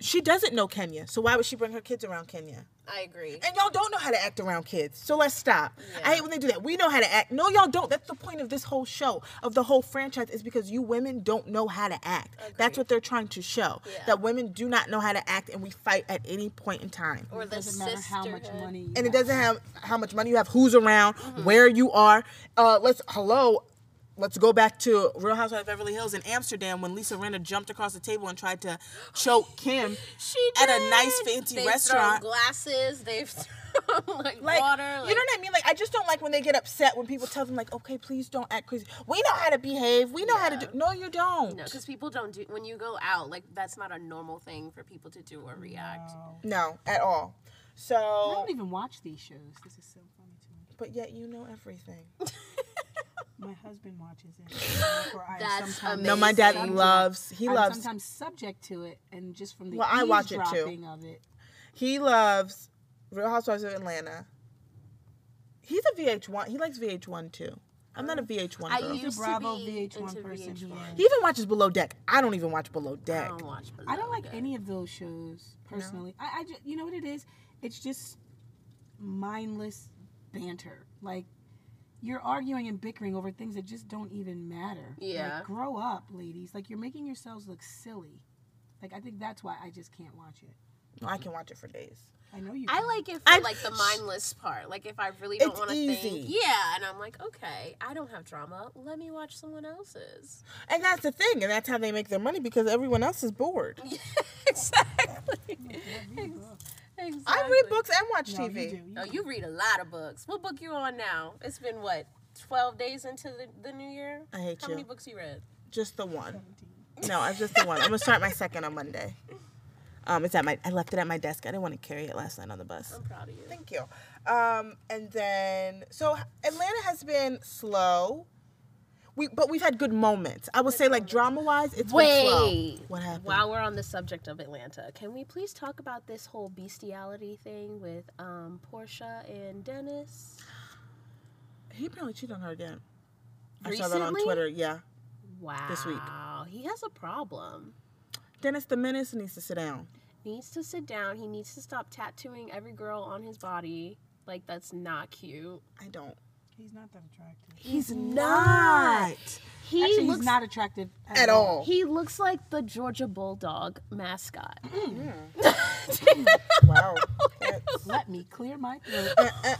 she doesn't know Kenya, so why would she bring her kids around Kenya?
I agree.
And y'all don't know how to act around kids, so let's stop.
Yeah.
I hate when they do that. We know how to act. No, y'all don't. That's the point of this whole show, of the whole franchise, is because you women don't know how to act. That's what they're trying to show.
Yeah.
That women do not know how to act, and we fight at any point in time
Or
it
the
doesn't matter how much
sisterhood.
money. You
and it
have.
doesn't have how much money you have, who's around,
Mm-hmm.
where you are. Uh, let's hello. Let's go back to Real Housewives of Beverly Hills in Amsterdam when Lisa Renner jumped across the table and tried to choke Kim
She
at a nice
did.
fancy
They've
restaurant.
Thrown glasses. They've thrown like,
Like,
water.
you
Like,
know what I mean? Like, I just don't like when they get upset when people tell them, like, okay, please don't act crazy. We know how to behave. We know how to
Yeah.
do. No, you don't.
no, because people don't do when you go out. Like that's not a normal thing for people to do or react.
No, at all.
I
So,
don't even watch these shows. This is so funny to me.
but yet you know everything.
My husband watches it. or I am
That's
sometimes-
No, my dad
Amazing.
loves. He
I'm
loves.
sometimes subject to it, and just from the
Well, I watch it too.
eavesdropping of it.
He loves Real Housewives of Atlanta. He's a VH1. He likes VH1 too. I'm not a VH1
I
girl.
used
He's a Bravo
to be into
VH1 person. he
VH1.
is.
he even watches Below Deck. I don't even watch Below
I
Deck.
don't watch.
I don't like
Beloved.
any of those shows personally. I, I ju- you know what it is? It's just mindless banter. Like you're arguing and bickering over things that just don't even matter.
Yeah.
Like, grow up, ladies. Like you're making yourselves look silly. Like I think that's why I just can't watch it.
No, I can watch it for days.
I know you.
I
can.
like it for
I-
like the mindless part. Like if I really don't
It's
want to think,
easy.
yeah, and I'm like, okay, I don't have drama. Let me watch someone else's.
And that's the thing. And that's how they make their money because everyone else is bored.
exactly. exactly.
I read books and watch
No, you
TV.
do, you
Oh,
do.
you read a lot of books. What book you on now? It's been what twelve days into the, the new year.
I hate
How
you.
many books you read?
Just the one. No, it's just the one. I'm gonna start my second on Monday. Um, it's at my. I left it at my desk. I didn't want to carry it last night on the bus.
I'm proud of you.
Thank you. Um, and then so Atlanta has been slow. We but we've had good moments. I would say like drama wise, it's been slow. What happened?
While we're on the subject of Atlanta, can we please talk about this whole bestiality thing with um, Portia and Dennis?
He apparently cheated on her again. I saw that on
Recently?
Twitter. Yeah,
Wow.
week.
He has a problem.
Dennis the Menace needs to sit down.
Needs to sit down. He needs to stop tattooing every girl on his body. Like that's not cute.
I don't.
He's not that attractive.
He's not
He
Actually,
looks
he's not attractive at,
at all.
he looks like the Georgia Bulldog mascot.
wow.
Let me clear my throat.
Uh,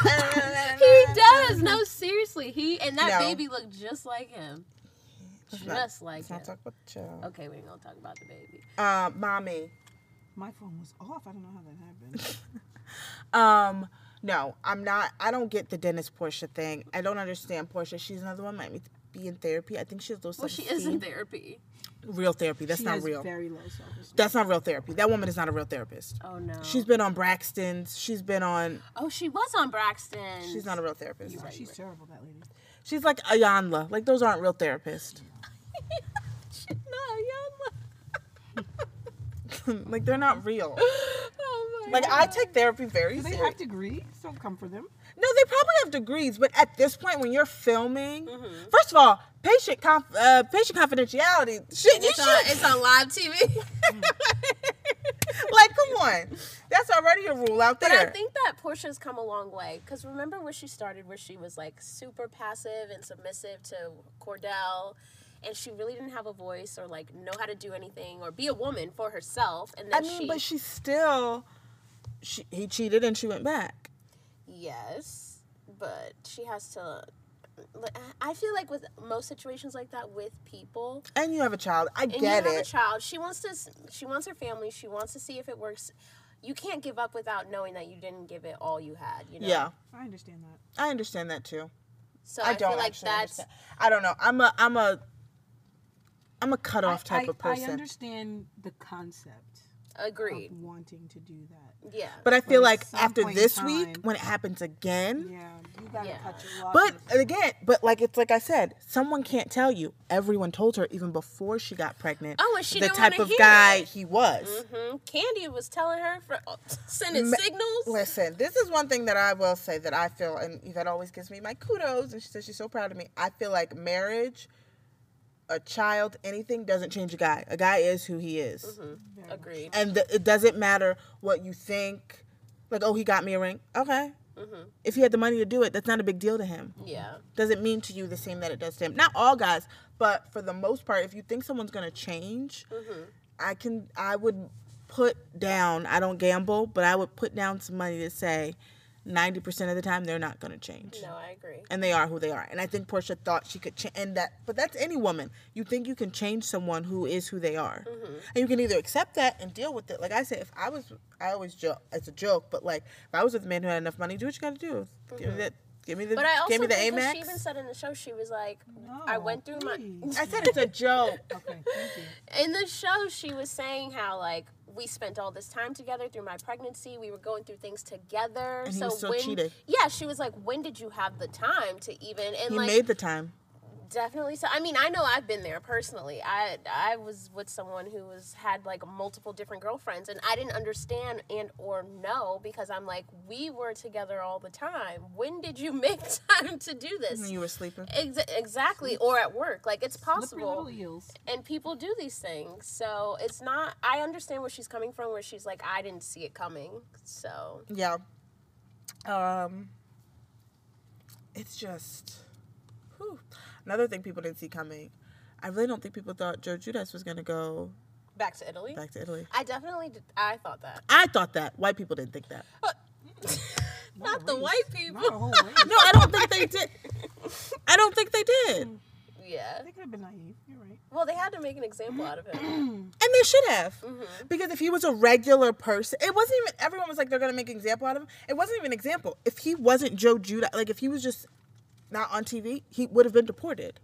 he does. No, seriously. He and that
No.
baby looked just like him. Just like
Let's
him.
not talk about the child.
Okay, we ain't gonna talk about the baby.
Uh, mommy.
My phone was off. I don't know how that happened.
Um, no, I'm not. I don't get the Dennis Portia thing. I don't understand Portia. She's another one might be in therapy. I think she has low
Well,
self
she
esteem.
is in therapy.
real therapy. That's
She
not
has
real.
Very low self-esteem.
That's not real therapy. That woman is not a real therapist.
Oh no.
She's been on Braxton's. She's been on.
oh, she was on Braxton.
She's not a real therapist.
She's terrible. That lady.
She's like Ayanla. Like those aren't real therapists.
no, y'all.
like they're not real.
Oh my
Like I take therapy very
Do they
seriously.
have degrees? Don't come for them.
No, they probably have degrees, but at this point, when you're filming,
Mm-hmm.
first of all, patient conf- uh, patient confidentiality. Shit, you
it's, on,
should.
it's on live TV.
like, come on, that's already a rule out there.
But I think that Portia's come a long way because remember where she started, where she was like super passive and submissive to Cordell, and she really didn't have a voice or like know how to do anything or be a woman for herself. And
I
then
mean,
she,
but she still, she, he cheated and she went back.
yes, but she has to. like, I feel like with most situations like that with people,
And you have a child. I
and
get
you have a
it.
child. She wants to. s- She wants her family. She wants to see if it works. You can't give up without knowing that you didn't give it all you had. You know.
yeah,
I understand that.
I understand that too.
So
I,
I,
don't
feel like
actually
that's
understand. I don't know. I'm a I'm a I'm a cut off
I,
type of person.
I understand the concept
agreed.
of wanting to do that.
Yeah.
But I feel
at
like
some
after
point in
this week,
time-
when it happens again,
Yeah, you gotta
Yeah.
cut your losses.
But again, but like it's like I said, someone can't tell you. Everyone told her even before she got pregnant.
Oh, and she
the
didn't
type
wanna
of
hear
guy
it.
he was.
hmm Candy was telling her for oh, sending signals.
Listen, this is one thing that I will say that I feel, and Yvette always gives me my kudos, and she says she's so proud of me. I feel like marriage, a child, anything doesn't change a guy. A guy is who he is,
Agreed.
and the, it doesn't matter what you think. Like, oh, he got me a ring. Okay, if he had the money to do it, that's not a big deal to him.
Yeah.
does it mean to you the same that it does to him? Not all guys, but for the most part, if you think someone's gonna change,
Mm-hmm.
I can I would put down. I don't gamble, but I would put down some money to say ninety percent of the time they're not gonna change.
No, I agree.
And they are who they are. And I think Portia thought she could change and that but that's any woman. You think you can change someone who is who they are.
Mm-hmm.
And you can either accept that and deal with it. Like I said, if I was I always joke it's a joke, but like if I was with a man who had enough money, do what you gotta do. Give me that give me the
Mm-hmm. But I also
give me the
think 'cause
Amex.
she even said in the show she was like, I went through my
please.
I said it's a joke.
Okay, thank you.
in the show she was saying how like we spent all this time together through my pregnancy. We were going through things together.
And he
so
was still
when
cheating.
yeah, she was like, when did you have the time to even and
He
like
made the time.
Definitely. So I mean, I know I've been there personally. I I was with someone who was had like multiple different girlfriends, and I didn't understand and or know because I'm like, we were together all the time. When did you make time to do
And
this?
you were sleeping.
Ex- exactly, or at work. Like it's
Slippery little
possible,
eels.
and people do these things. So it's not. I understand where she's coming from, where she's like, I didn't see it coming. So
Yeah. Um. It's just. Whew. Another thing people didn't see coming. I really don't think people thought Joe Judas was gonna go
back to Italy.
back to Italy.
I definitely. Did, I thought that.
I thought that white people didn't think that.
Not the white people.
Not a whole race.
No, I don't think they did. I don't think they did, and
Yeah.
They could have been naive. You're right.
Well, they had to make an example out of him.
they should have, because if he was a regular person, it wasn't even. Everyone was like, they're gonna make an example out of him. It wasn't even an example. If he wasn't Joe Judas, like if he was just not on TV, he would have been deported.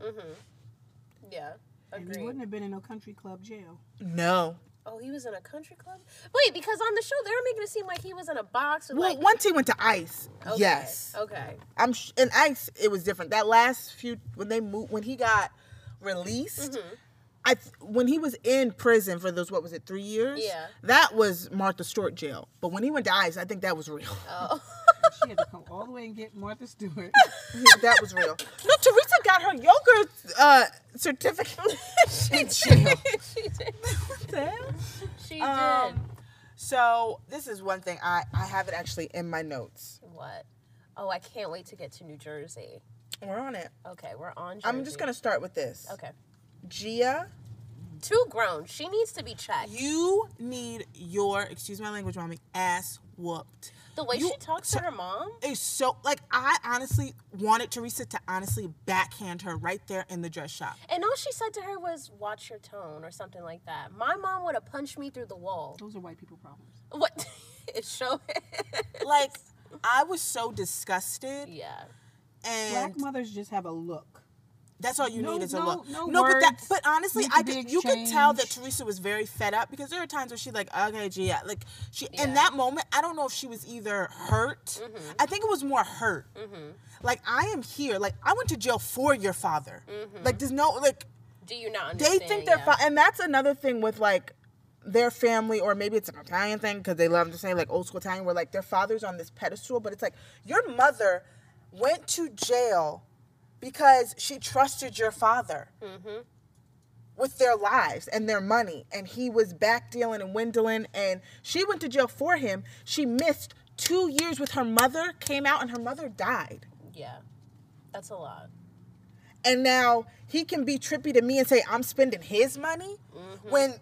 Yeah.
And they
Agreed.
wouldn't have been in no country club jail.
No.
Oh, he was in a country club? Wait, because on the show they were making it seem like he was in a box with
Well,
like
once he went to ICE,
Okay,
yes,
Okay.
I'm sh- and ICE it was different. That last few when they moved when he got released,
Mm-hmm.
I th- when he was in prison for those what was it three years?
Yeah.
that was Martha Stewart jail. But when he went to ICE, I think that was real.
Oh.
She had to come all the way and get Martha Stewart.
that was real. No, Teresa got her yoga uh, certificate.
she did. she did. She
Um, so this is one thing I I have it actually in my notes.
did. What? Oh, I can't wait to get to New Jersey.
We're on it.
Okay, we're on Jersey.
I'm just gonna start with this.
Okay.
Gia
Too grown. She needs to be checked.
You need your, excuse my language, mommy, ass whooped.
the way
you-
she talks
so-
to her mom?
It's so, like, I honestly wanted Teresa to honestly backhand her right there in the dress shop.
And all she said to her was, watch your tone or something like that. My mom would have punched me through the wall.
Oh.
Those are white people problems.
What? it showed.
Like, I was so disgusted,
yeah.
and
Black mothers just have a look.
that's all you
No-
need is a
no-
look.
no
but that,
words
but honestly,
need to
I
be
could, you could tell that
exchanged.
Teresa was very fed up because there are times where she like, okay, Gia, like, she in
Yeah.
that moment, I don't know if she was either hurt. I think it was more hurt. Like, I am here. Like, I went to jail for your father. Like, there's no like.
Do you not
they
understand?
think they're
yeah.
fine and that's another thing with like their family, or maybe it's an Italian thing because they love to say like old school Italian, where like their father's on this pedestal, but it's like your mother went to jail because she trusted your father with their lives and their money, and he was back dealing and windling, and she went to jail for him. She missed two years with her mother, came out, and her mother died.
Yeah. That's a lot.
and now he can be trippy to me and say I'm spending his money
Mm-hmm.
when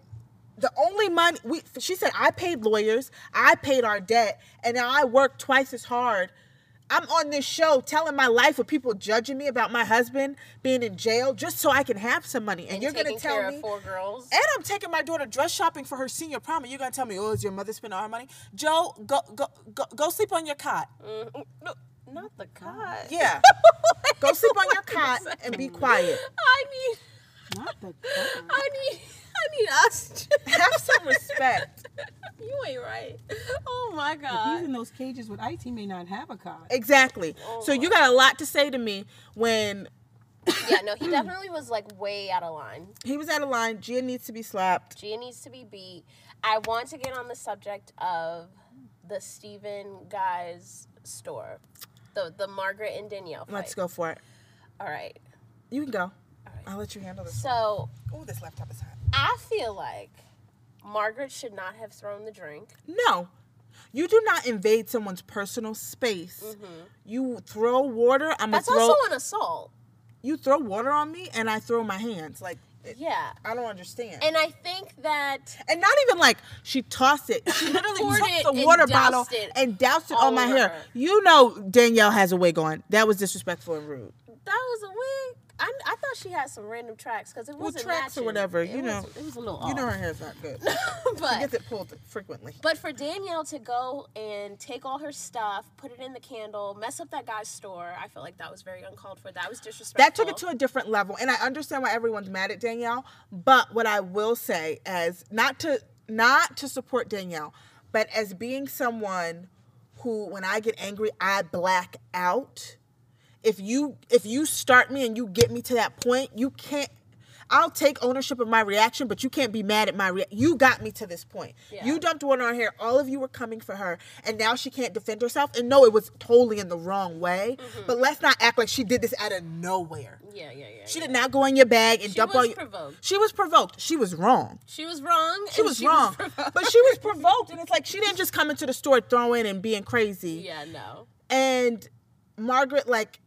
the only money we she said I paid lawyers, I paid our debt, and now I work twice as hard. I'm on this show telling my life with people judging me about my husband being in jail just so I can have some money. And, you're gonna
Taking
tell
care
me Eh?
of four girls.
and I'm taking my daughter dress shopping for her senior prom, and you're gonna tell me, oh, is your mother spending all her money? Joe, go go go, go sleep on your cot.
Mm-hmm. Oh, No, not the cot.
Yeah. go sleep on your cot and be quiet.
I need,
Not the
I need, I need us. to-
Have some respect.
you ain't right. Oh my
He's
god.
in those cages with ice. He may not have a cot.
Exactly. so you got a lot to say to me when
Yeah, no, he definitely was like way out of line.
he was out of line. Gia needs to be slapped.
Gia needs to be beat. I want to get on the subject of the Steven guy's store, the the Margaret and Danielle fight.
Let's go for it.
All right.
You can go. I'll let you handle this.
So
Oh, this laptop is hot.
I feel like Margaret should not have thrown the drink.
No. You do not invade someone's personal space. You throw water. I'm gonna
That's
throw.
also an assault.
you throw water on me, and I throw my hands. Like it-
Yeah.
I don't understand. And,
And I think that
not even like she tossed it. She literally
Poured
took
it
the
and
water
doused
bottle
it
and doused it
all
on my
over
hair.
her.
You know Danielle has a wig on. That was disrespectful and rude.
that was a wig. I, I thought she had some random tracks because it
Well,
was
tracks or whatever, you know.
It was a little
You know
off.
her hair's not good. She
Oh. but
gets it pulled frequently.
But for Danielle to go and take all her stuff, put it in the candle, mess up that guy's store, I feel like that was very uncalled for. That was disrespectful.
That took it to a different level, and I understand why everyone's mad at Danielle. But what I will say is not to not to support Danielle, but as being someone who, when I get angry, I black out. If you if you start me and you get me to that point, you can't. I'll take ownership of my reaction, but you can't be mad at my rea- You got me to this point. You dumped one on her. All of you were coming for her, and now she can't defend herself. And no, it was totally in the wrong way. But let's not act like she did this out of nowhere.
Yeah, yeah, yeah.
She
yeah.
did not go in your bag and
She
dump
was
all your.
provoked.
She was provoked. She was wrong.
She was wrong.
She was wrong. but she was provoked, and it's like she didn't just come into the store throwing and being crazy.
yeah, no.
And Margaret, like,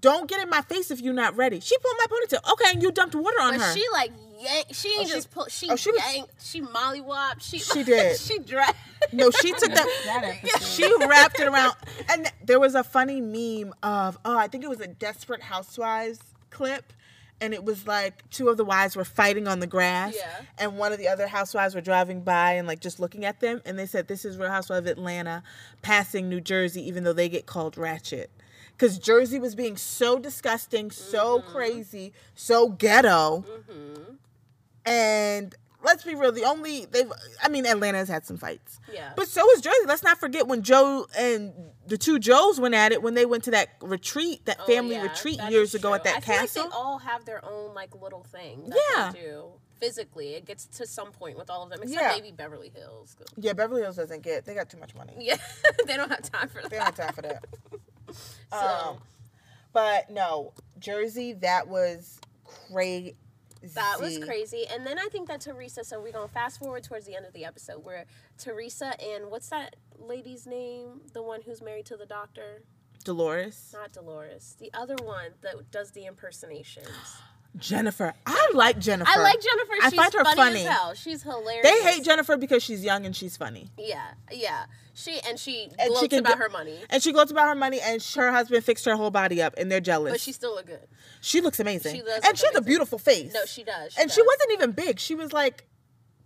don't get in my face if you're not ready. She pulled my ponytail. Okay, and you dumped water on
But
her.
she like yanked. She ain't
she-
just pulled. She,
oh, she was-
yanked. She mollywopped. She
She did.
she dragged.
no, she took
That
that.
episode.
she wrapped it around. And th- there was a funny meme of, oh, I think it was a Desperate Housewives clip. And it was like two of the wives were fighting on the grass.
Yeah.
And one of the other housewives were driving by and like just looking at them. And they said, this is Real Housewives of Atlanta passing New Jersey, even though they get called ratchet. Because Jersey was being so disgusting, so crazy, so ghetto. And let's be real, the only they've I mean Atlanta has had some fights.
Yeah.
But so is Jersey. Let's not forget when Joe and the two Joes went at it when they went to that retreat, that family
Oh, Yeah,
retreat
that
years
is
ago
true.
at that
I feel
castle.
Like they all have their own like little thing. That
Yeah.
They do. Physically, it gets to some point with all of them, except
Yeah.
maybe Beverly Hills.
yeah, Beverly Hills doesn't get they got too much money.
Yeah, they don't have time for that.
They don't have time for that.
So,
Um, but no, Jersey, that was crazy.
That was crazy. And then I think that Teresa, so we're going to fast forward towards the end of the episode where Teresa and what's that lady's name? The one who's married to the doctor?
Dolores.
Not Dolores. The other one that does the impersonations.
Jennifer. I like Jennifer.
I like Jennifer.
I
She's
find her
funny,
funny.
as hell. She's hilarious.
They hate Jennifer because she's young and she's funny.
Yeah, yeah. She and she
And she
gloats
can
about
do-
her money,
And she gloats about her money, and sh- her husband fixed her whole body up, and they're jealous.
but she still look good.
she looks amazing,
she does
and
look
she has a
amazing.
beautiful face.
No, she does.
and she
does.
wasn't even big. She was like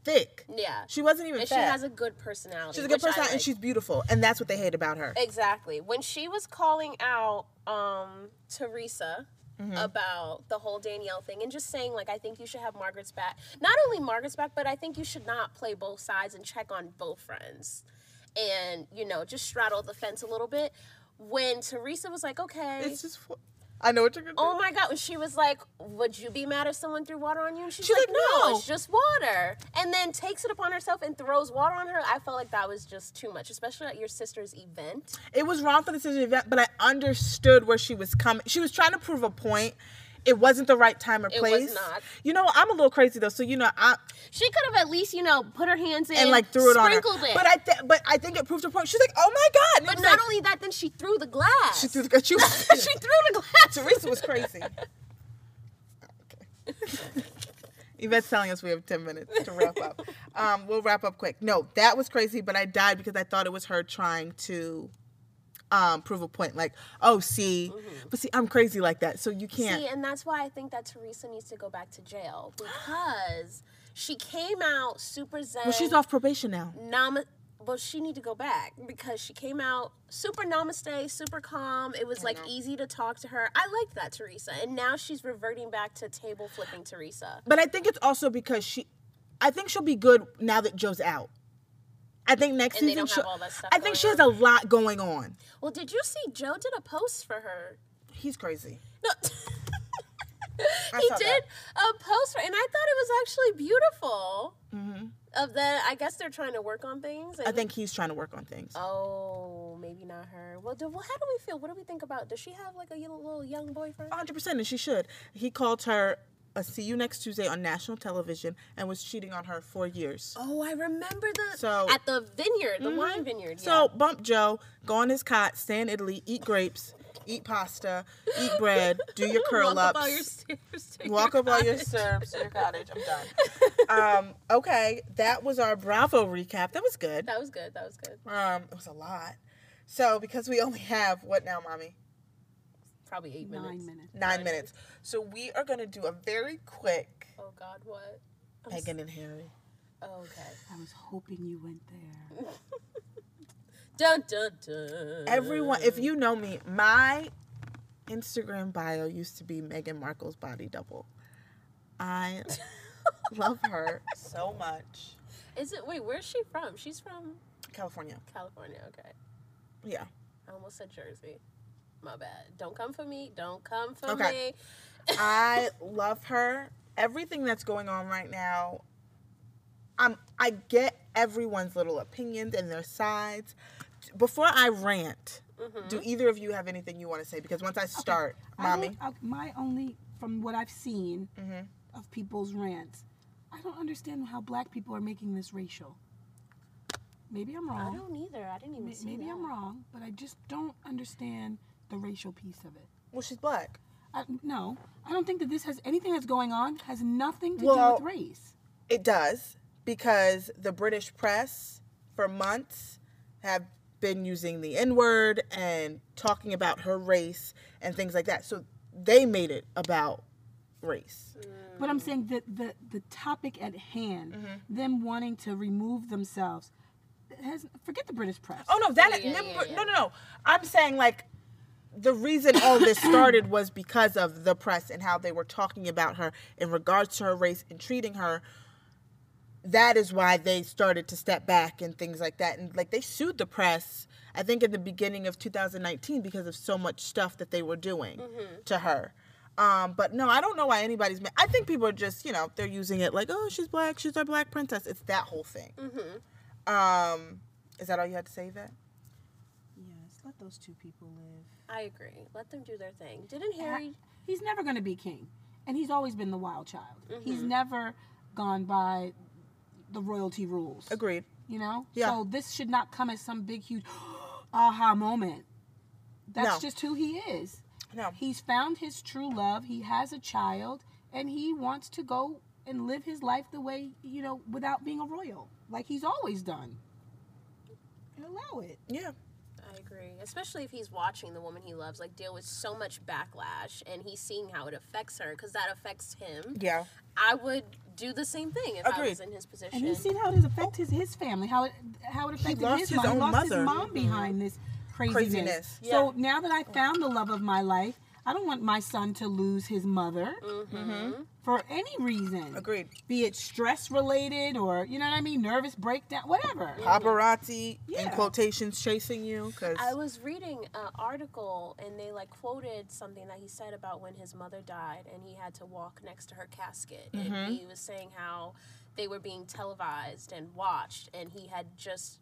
thick.
Yeah.
She wasn't even.
and she
fat.
has a good personality.
She's a good
which I
person, and
like.
she's beautiful, and that's what they hate about her.
Exactly. When she was calling out um, Teresa about the whole Danielle thing and just saying, like, I think you should have Margaret's back. Not only Margaret's back, but I think you should not play both sides and check on both friends. And, you know, just straddle the fence a little bit. When Teresa was like, okay,
It's just. fo- I know what you're gonna do.
Oh my god! When she was like, "Would you be mad if someone threw water on you?" And she's,
She's
like,
like,
no,
"No."
it's just water." And then takes it upon herself and throws water on her. I felt like that was just too much, especially at your sister's event.
It was wrong for the decision event, but I understood where she was coming. She was trying to prove a point. It wasn't the right time or
It was
place.
not.
You know, I'm a little crazy though, so you know, I
She could have at least, you know, put her hands in
and like threw it on her.
sprinkled it.
But I, th- but I think it proved her point. She's like, oh my god! And it
But
was
not
like-
only that, then she threw the glass.
she threw the she,
she threw the glass.
Teresa was crazy. Okay. Yvette's telling us we have 10 minutes to wrap up. Um, we'll wrap up quick. No, that was crazy, but I died because I thought it was her trying to um, prove a point. Like, oh, see, but see, I'm crazy like that, so you can't.
See, and that's why I think that Teresa needs to go back to jail because she came out super zen.
well, she's off probation now.
Nam. Well, she need to go back because she came out super namaste, super calm. It was like easy to talk to her. I liked that Teresa, and now she's reverting back to table flipping Teresa.
But I think it's also because she, I think she'll be good now that Joe's out. I think next
And they
season
don't have
she'll-
all that stuff
I think she
going
has a lot going on.
Well, did you see Joe did a post for her?
He's crazy.
No.
I
he
saw
did a poster, and I thought it was actually beautiful. Of that, I guess they're trying to work on things. And
I think he's trying to work on things.
Oh, maybe not her. Well, do, well, how do we feel? What do we think about? Does she have like a y- little young boyfriend?
hundred percent, and she should. He called her a "See you next Tuesday" on national television and was cheating on her for years.
Oh, I remember the
So-
at the vineyard, the wine vineyard.
So bump Joe, go on his cot, stay in Italy, eat grapes, eat pasta, eat bread, do your
yeah.
curl
walk up
ups,
all your stairs. to
walk
your
up all your
cottage.
syrups to your cottage. I'm done. um, okay, that was our Bravo recap. That was good.
That was good. That was good.
Um, it was a lot. So because we only have what now, mommy?
Probably eight minutes.
Nine minutes.
Nine minutes. So we are gonna do a very quick
Oh God, what? I'm s-
Megan and Harry.
oh, okay.
I was hoping you went there.
Dun dun dun.
Everyone, if you know me, my Instagram bio used to be Meghan Markle's body double. I love her so much.
Is it? Wait, where's she from? She's from
California.
California. Okay.
Yeah.
I almost said Jersey. My bad. Don't come for me. Don't come for
Okay.
me.
I love her. Everything that's going on right now, I'm I get everyone's little opinions and their sides. Before I rant, do either of you have anything you want to say? Because once Mm-hmm. I start,
I
mommy.
don't- I- my only, from what I've seen
Mm-hmm.
of people's rants, I don't understand how black people are making this racial. Maybe I'm
I
Oh.
wrong.
don't either. I didn't even
May-
see
Maybe
that.
I'm wrong, but I just don't understand the racial piece of it.
well, she's black.
I, no, I don't think that this has anything that's going on has nothing to
Well-
do with race.
It does because the British press for months have been using the N word and talking about her race and things like that. So they made it about race.
But
mm.
I'm saying that the the topic at hand,
Mm-hmm.
them wanting to remove themselves, has forget the British press.
Oh no, that
yeah,
them-
yeah, yeah.
no no no. I'm saying like the reason all this started was because of the press and how they were talking about her in regards to her race and treating her. That is why they started to step back and things like that. And like they sued the press, I think, at the beginning of 2019 because of so much stuff that they were doing
Mm-hmm.
to her. Um, but no, I don't know why anybody's. Ma- I think people are just, you know, they're using it like, oh, she's black, she's our black princess. It's that whole thing.
Mm-hmm.
Um, is that all you had to say, Yvette?
Yes, let those two people live.
I agree. Let them do their thing. Didn't Harry?
He's never going to be king, and he's always been the wild child. He's
Mm-hmm.
never gone by the royalty rules.
Agreed.
You know?
Yeah.
So this should not come as some big, huge aha moment. That's
No.
just who he is.
No.
He's found his true love. He has a child, and he wants to go and live his life the way, you know, without being a royal, like he's always done. And allow it.
Yeah.
I agree. Especially if he's watching the woman he loves like deal with so much backlash, and he's seeing how it affects her because that affects him.
Yeah.
I would do the same thing if I
Agreed.
was in his position.
And he's seen how it has affected his, his family, how it how it affected
lost
his,
his
mom.
own
he lost
mother. Mm-hmm.
his mom behind this craziness.
Craziness,
So
Mm-hmm.
now that I found the love of my life, I don't want my son to lose his mother. for any reason.
Agreed.
Be it stress related or, you know what I mean, nervous breakdown, whatever.
Paparazzi in
Yeah.
quotations chasing you because
I was reading an article and they like quoted something that he said about when his mother died and he had to walk next to her casket
Mm-hmm.
and he was saying how they were being televised and watched and he had just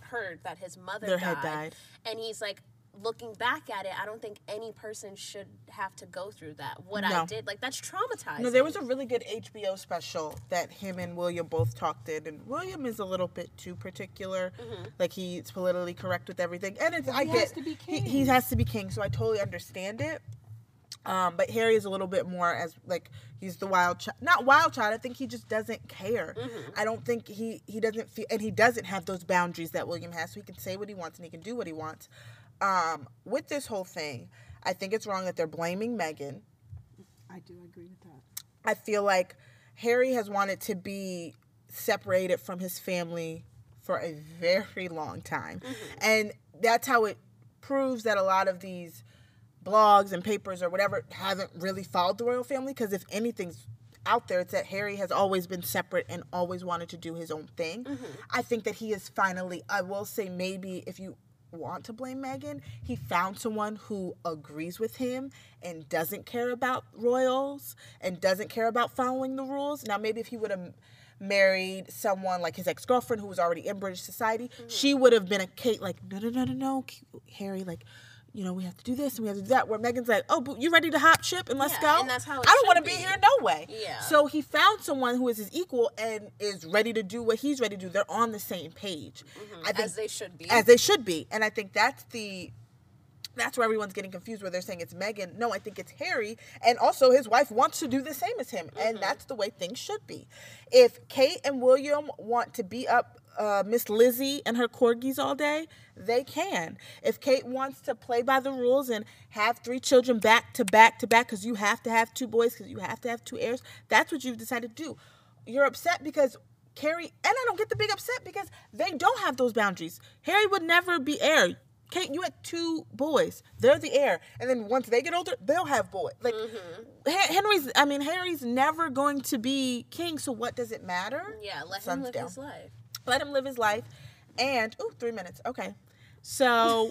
heard that his mother
Their
died,
had died.
and he's like looking back at it I don't think any person should have to go through that what I
No.
did like that's traumatizing
No, there was a really good HBO special that him and William both talked in, and William is a little bit too particular. Like he's politically correct with everything, and it's I
Mm-hmm. he
get
has to be
He,
king.
he has to be king, so I totally understand it. Um, but Harry is a little bit more as like he's the wild child, not wild child. I think he just doesn't care.
Mm-hmm.
I don't think he he doesn't feel, and he doesn't have those boundaries that William has. So he can say what he wants and he can do what he wants. Um, with this whole thing, I think it's wrong that they're blaming Meghan.
I do agree with that.
I feel like Harry has wanted to be separated from his family for a very long time. And that's how it proves that a lot of these blogs and papers or whatever haven't really followed the royal family because if anything's out there it's that Harry has always been separate and always wanted to do his own thing.
Mm-hmm.
I think that he is finally I will say maybe if you want to blame Megan, he found someone who agrees with him and doesn't care about royals and doesn't care about following the rules. Now, maybe if he would have married someone like his ex girlfriend who was already in British society,
Mm-hmm.
she would have been a Kate, like, no, no, no, no, no, K- Harry, like, you know, we have to do this and we have to do that. Where Megan's like, oh, but you ready to hop ship and let's
Yeah,
go?
and that's how it
I don't
should
wanna be.
be.
here, no way.
Yeah.
So he found someone who is his equal and is ready to do what he's ready to do. They're on the same page. I think
as they should be
as they should be. And I think that's the that's where everyone's getting confused where they're saying it's Megan. No, I think it's Harry. And also his wife wants to do the same as him.
Mm-hmm.
And that's the way things should be. If Kate and William want to be up uh, Miss Lizzie and her corgis all day, they can. If Kate wants to play by the rules and have three children back to back to back because you have to have two boys, because you have to have two heirs, that's what you've decided to do. You're upset because Carrie and I don't get the big upset because they don't have those boundaries. Harry would never be heir. Kate, you had two boys. They're the heir, and then once they get older, they'll have boys. Like
Mm-hmm.
Hen- Henry's, I mean Harry's never going to be king. So what does it matter?
yeah let him
Sun's
live
down.
his life
Let him live his life, and ooh, three minutes. Okay, so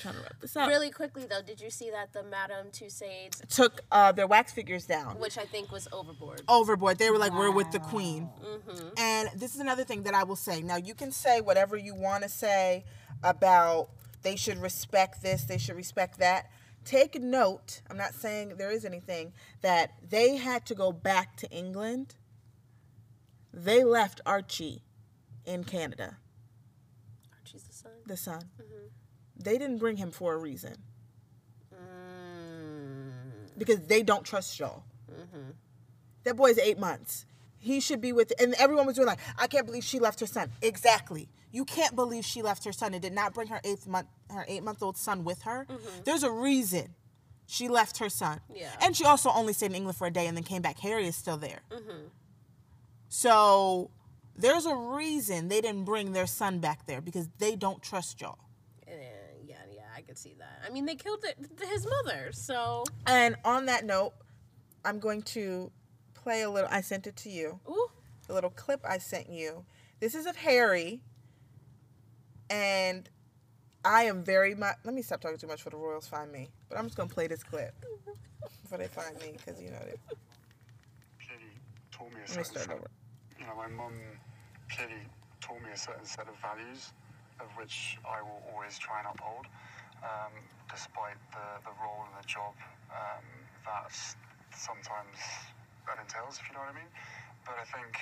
trying to wrap this up.
really quickly though did you see that the Madame Tussauds
Took uh, their wax figures down.
which I think was overboard
overboard. They were like, we're with the queen.
Mm-hmm.
And this is another thing that I will say. Now, you can say whatever you want to say about they should respect this, they should respect that. Take note, I'm not saying there is anything, that they had to go back to England. They left Archie in Canada,
Archie's the son. Mm-hmm.
the son. They didn't bring him for a reason
Mm.
because they don't trust y'all. That boy's eight months. He should be with, and everyone was doing like, I can't believe she left her son. Exactly. You can't believe she left her son and did not bring her eighth month, her eight month old son with her. There's a reason she left her son.
Yeah.
And she also only stayed in England for a day and then came back. Harry is still there. So there's a reason they didn't bring their son back there because they don't trust y'all.
Eh, yeah, yeah, I could see that. I mean, they killed it, his mother, so
And on that note, I'm going to play a little. I sent it to you.
ooh,
the little clip I sent you. This is of Harry, and I am very much. Let me stop talking too much for the Royals find me, but I'm just gonna play this clip before they find me because you know they.
clearly taught me a
Let me
certain
start
set.
over.
You know, my mum clearly taught me a certain set of values, of which I will always try and uphold, um, despite the, the role and the job um, that sometimes that entails, if you know what I mean. But I think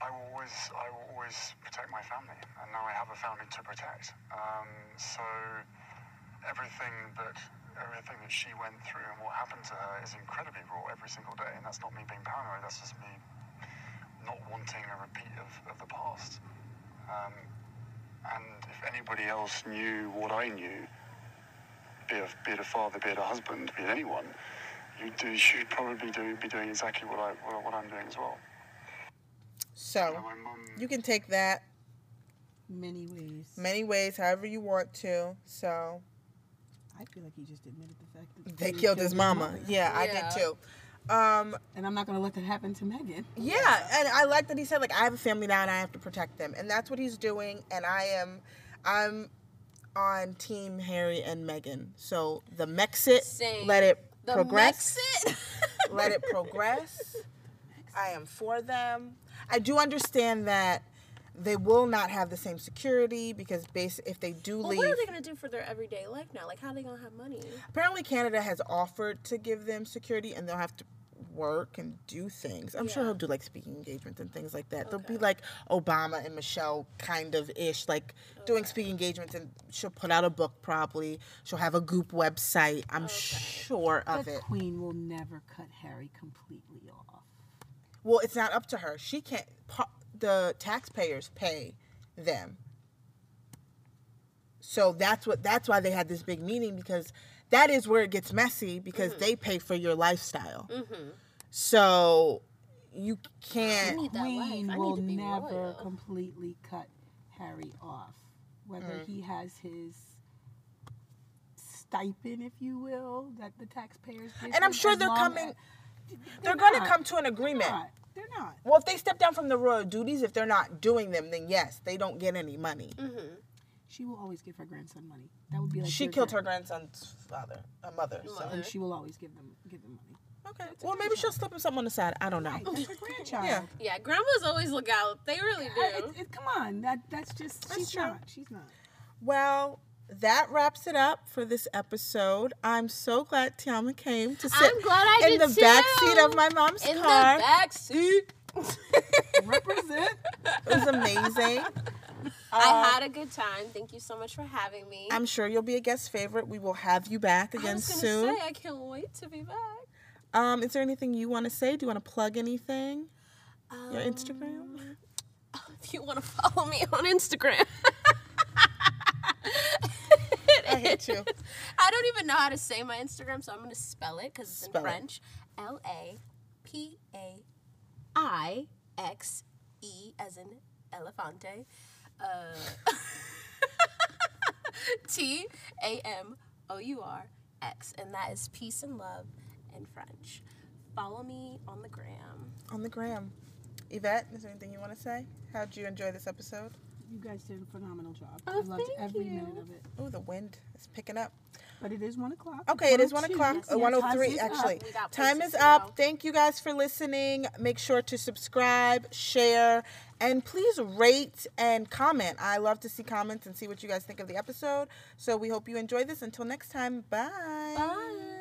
I will always, I will always protect my family, and now I have a family to protect. Um, so everything that everything that she went through and what happened to her is incredibly raw every single day, and that's not me being paranoid. That's just me not wanting a repeat of, of the past. Um, and if anybody else knew what I knew, be it, be it a father, be it a husband, be it anyone, you do, you'd probably do, be doing exactly what I what, I- what I'm doing as well.
So
And my mum.
you can take that
Many ways.
many ways, however you want to. So
I feel like he just admitted the fact that
they killed his mama. Yeah, I did
Yeah.
too. Um,
and I'm not going to let that happen to Megan.
yeah, and I like that he said like I have a family now and I have to protect them, and that's what he's doing. And I am, I'm on Team Harry and Meghan. So the Mexit,
Same.
let it
The
progress.
Mexit.
let it progress. I am for them. I do understand that they will not have the same security because base if they do
Well,
leave.
what are they gonna do for their everyday life now? Like, how are they gonna have money?
Apparently, Canada has offered to give them security, and they'll have to work and do things. I'm sure he'll do like speaking engagements and things like that. They'll be like Obama and Michelle kind of ish, like doing speaking engagements, and she'll put out a book probably. She'll have a Goop website. I'm sure of
the
it.
queen will never cut Harry completely off.
Well, it's not up to her. She can't. pa- The taxpayers pay them. So that's what. That's why they had this big meeting because that is where it gets messy because they pay for your lifestyle. So you can't.
Need that life. I
Queen
need
will
to be
never
loyal.
completely cut Harry off, whether
Mm.
he has his stipend, if you will, that the taxpayers. give
And I'm
him,
sure
as
they're
long
coming-
as-
They're going to
not.
come to an agreement.
They're not. They're not.
Well, if they step down from the royal duties, if they're not doing them, then yes, they don't get any money.
She will always give her grandson money. That would be like
She
their
killed
grand-
her grandson's father, a mother. So.
and she will always give them give them money.
Okay. Well, maybe she'll slip him something on the side. I don't know.
Right, that's her grandchild.
Yeah.
Yeah, grandmas always look out. They really do.
I- it- it- come on, that that's just she's
true.
not. She's not.
Well, that wraps it up for this episode. I'm so glad Tiama came to sit
I'm glad I
in
did
the back seat
too.
of my mom's
In
car.
the back seat.
Represent.
It was amazing.
I had a good time. Thank you so much for having me.
I'm sure you'll be a guest favorite. We will have you back
I
again
was gonna
soon.
say I can't wait to be back.
Um, is there anything you want to say? Do you want to plug anything? Your
Um,
Instagram?
if you want to follow me on Instagram.
I hate you.
I don't even know how to say my Instagram, so I'm going to spell it because it's
Spell it.
in French. L A P A I X E, as in elefante. Uh, T A M O U R X, and that is peace and love in French. Follow me on the gram.
On the gram. Yvette, is there anything you want to say? How'd you enjoy this episode?
You guys did a phenomenal job.
Oh,
I loved
thank
every
you.
minute of it.
Ooh, the wind is picking up.
But it is one o'clock.
Okay, it is one
1:02.
o'clock.
Yes,
uh,
yes,
one oh
time
three
is up.
actually.
We got
Time
places
is
to go.
up. Thank you guys for listening. Make sure to subscribe, share, and please rate and comment. I love to see comments and see what you guys think of the episode. So we hope you enjoy this. Until next time, bye.
Bye.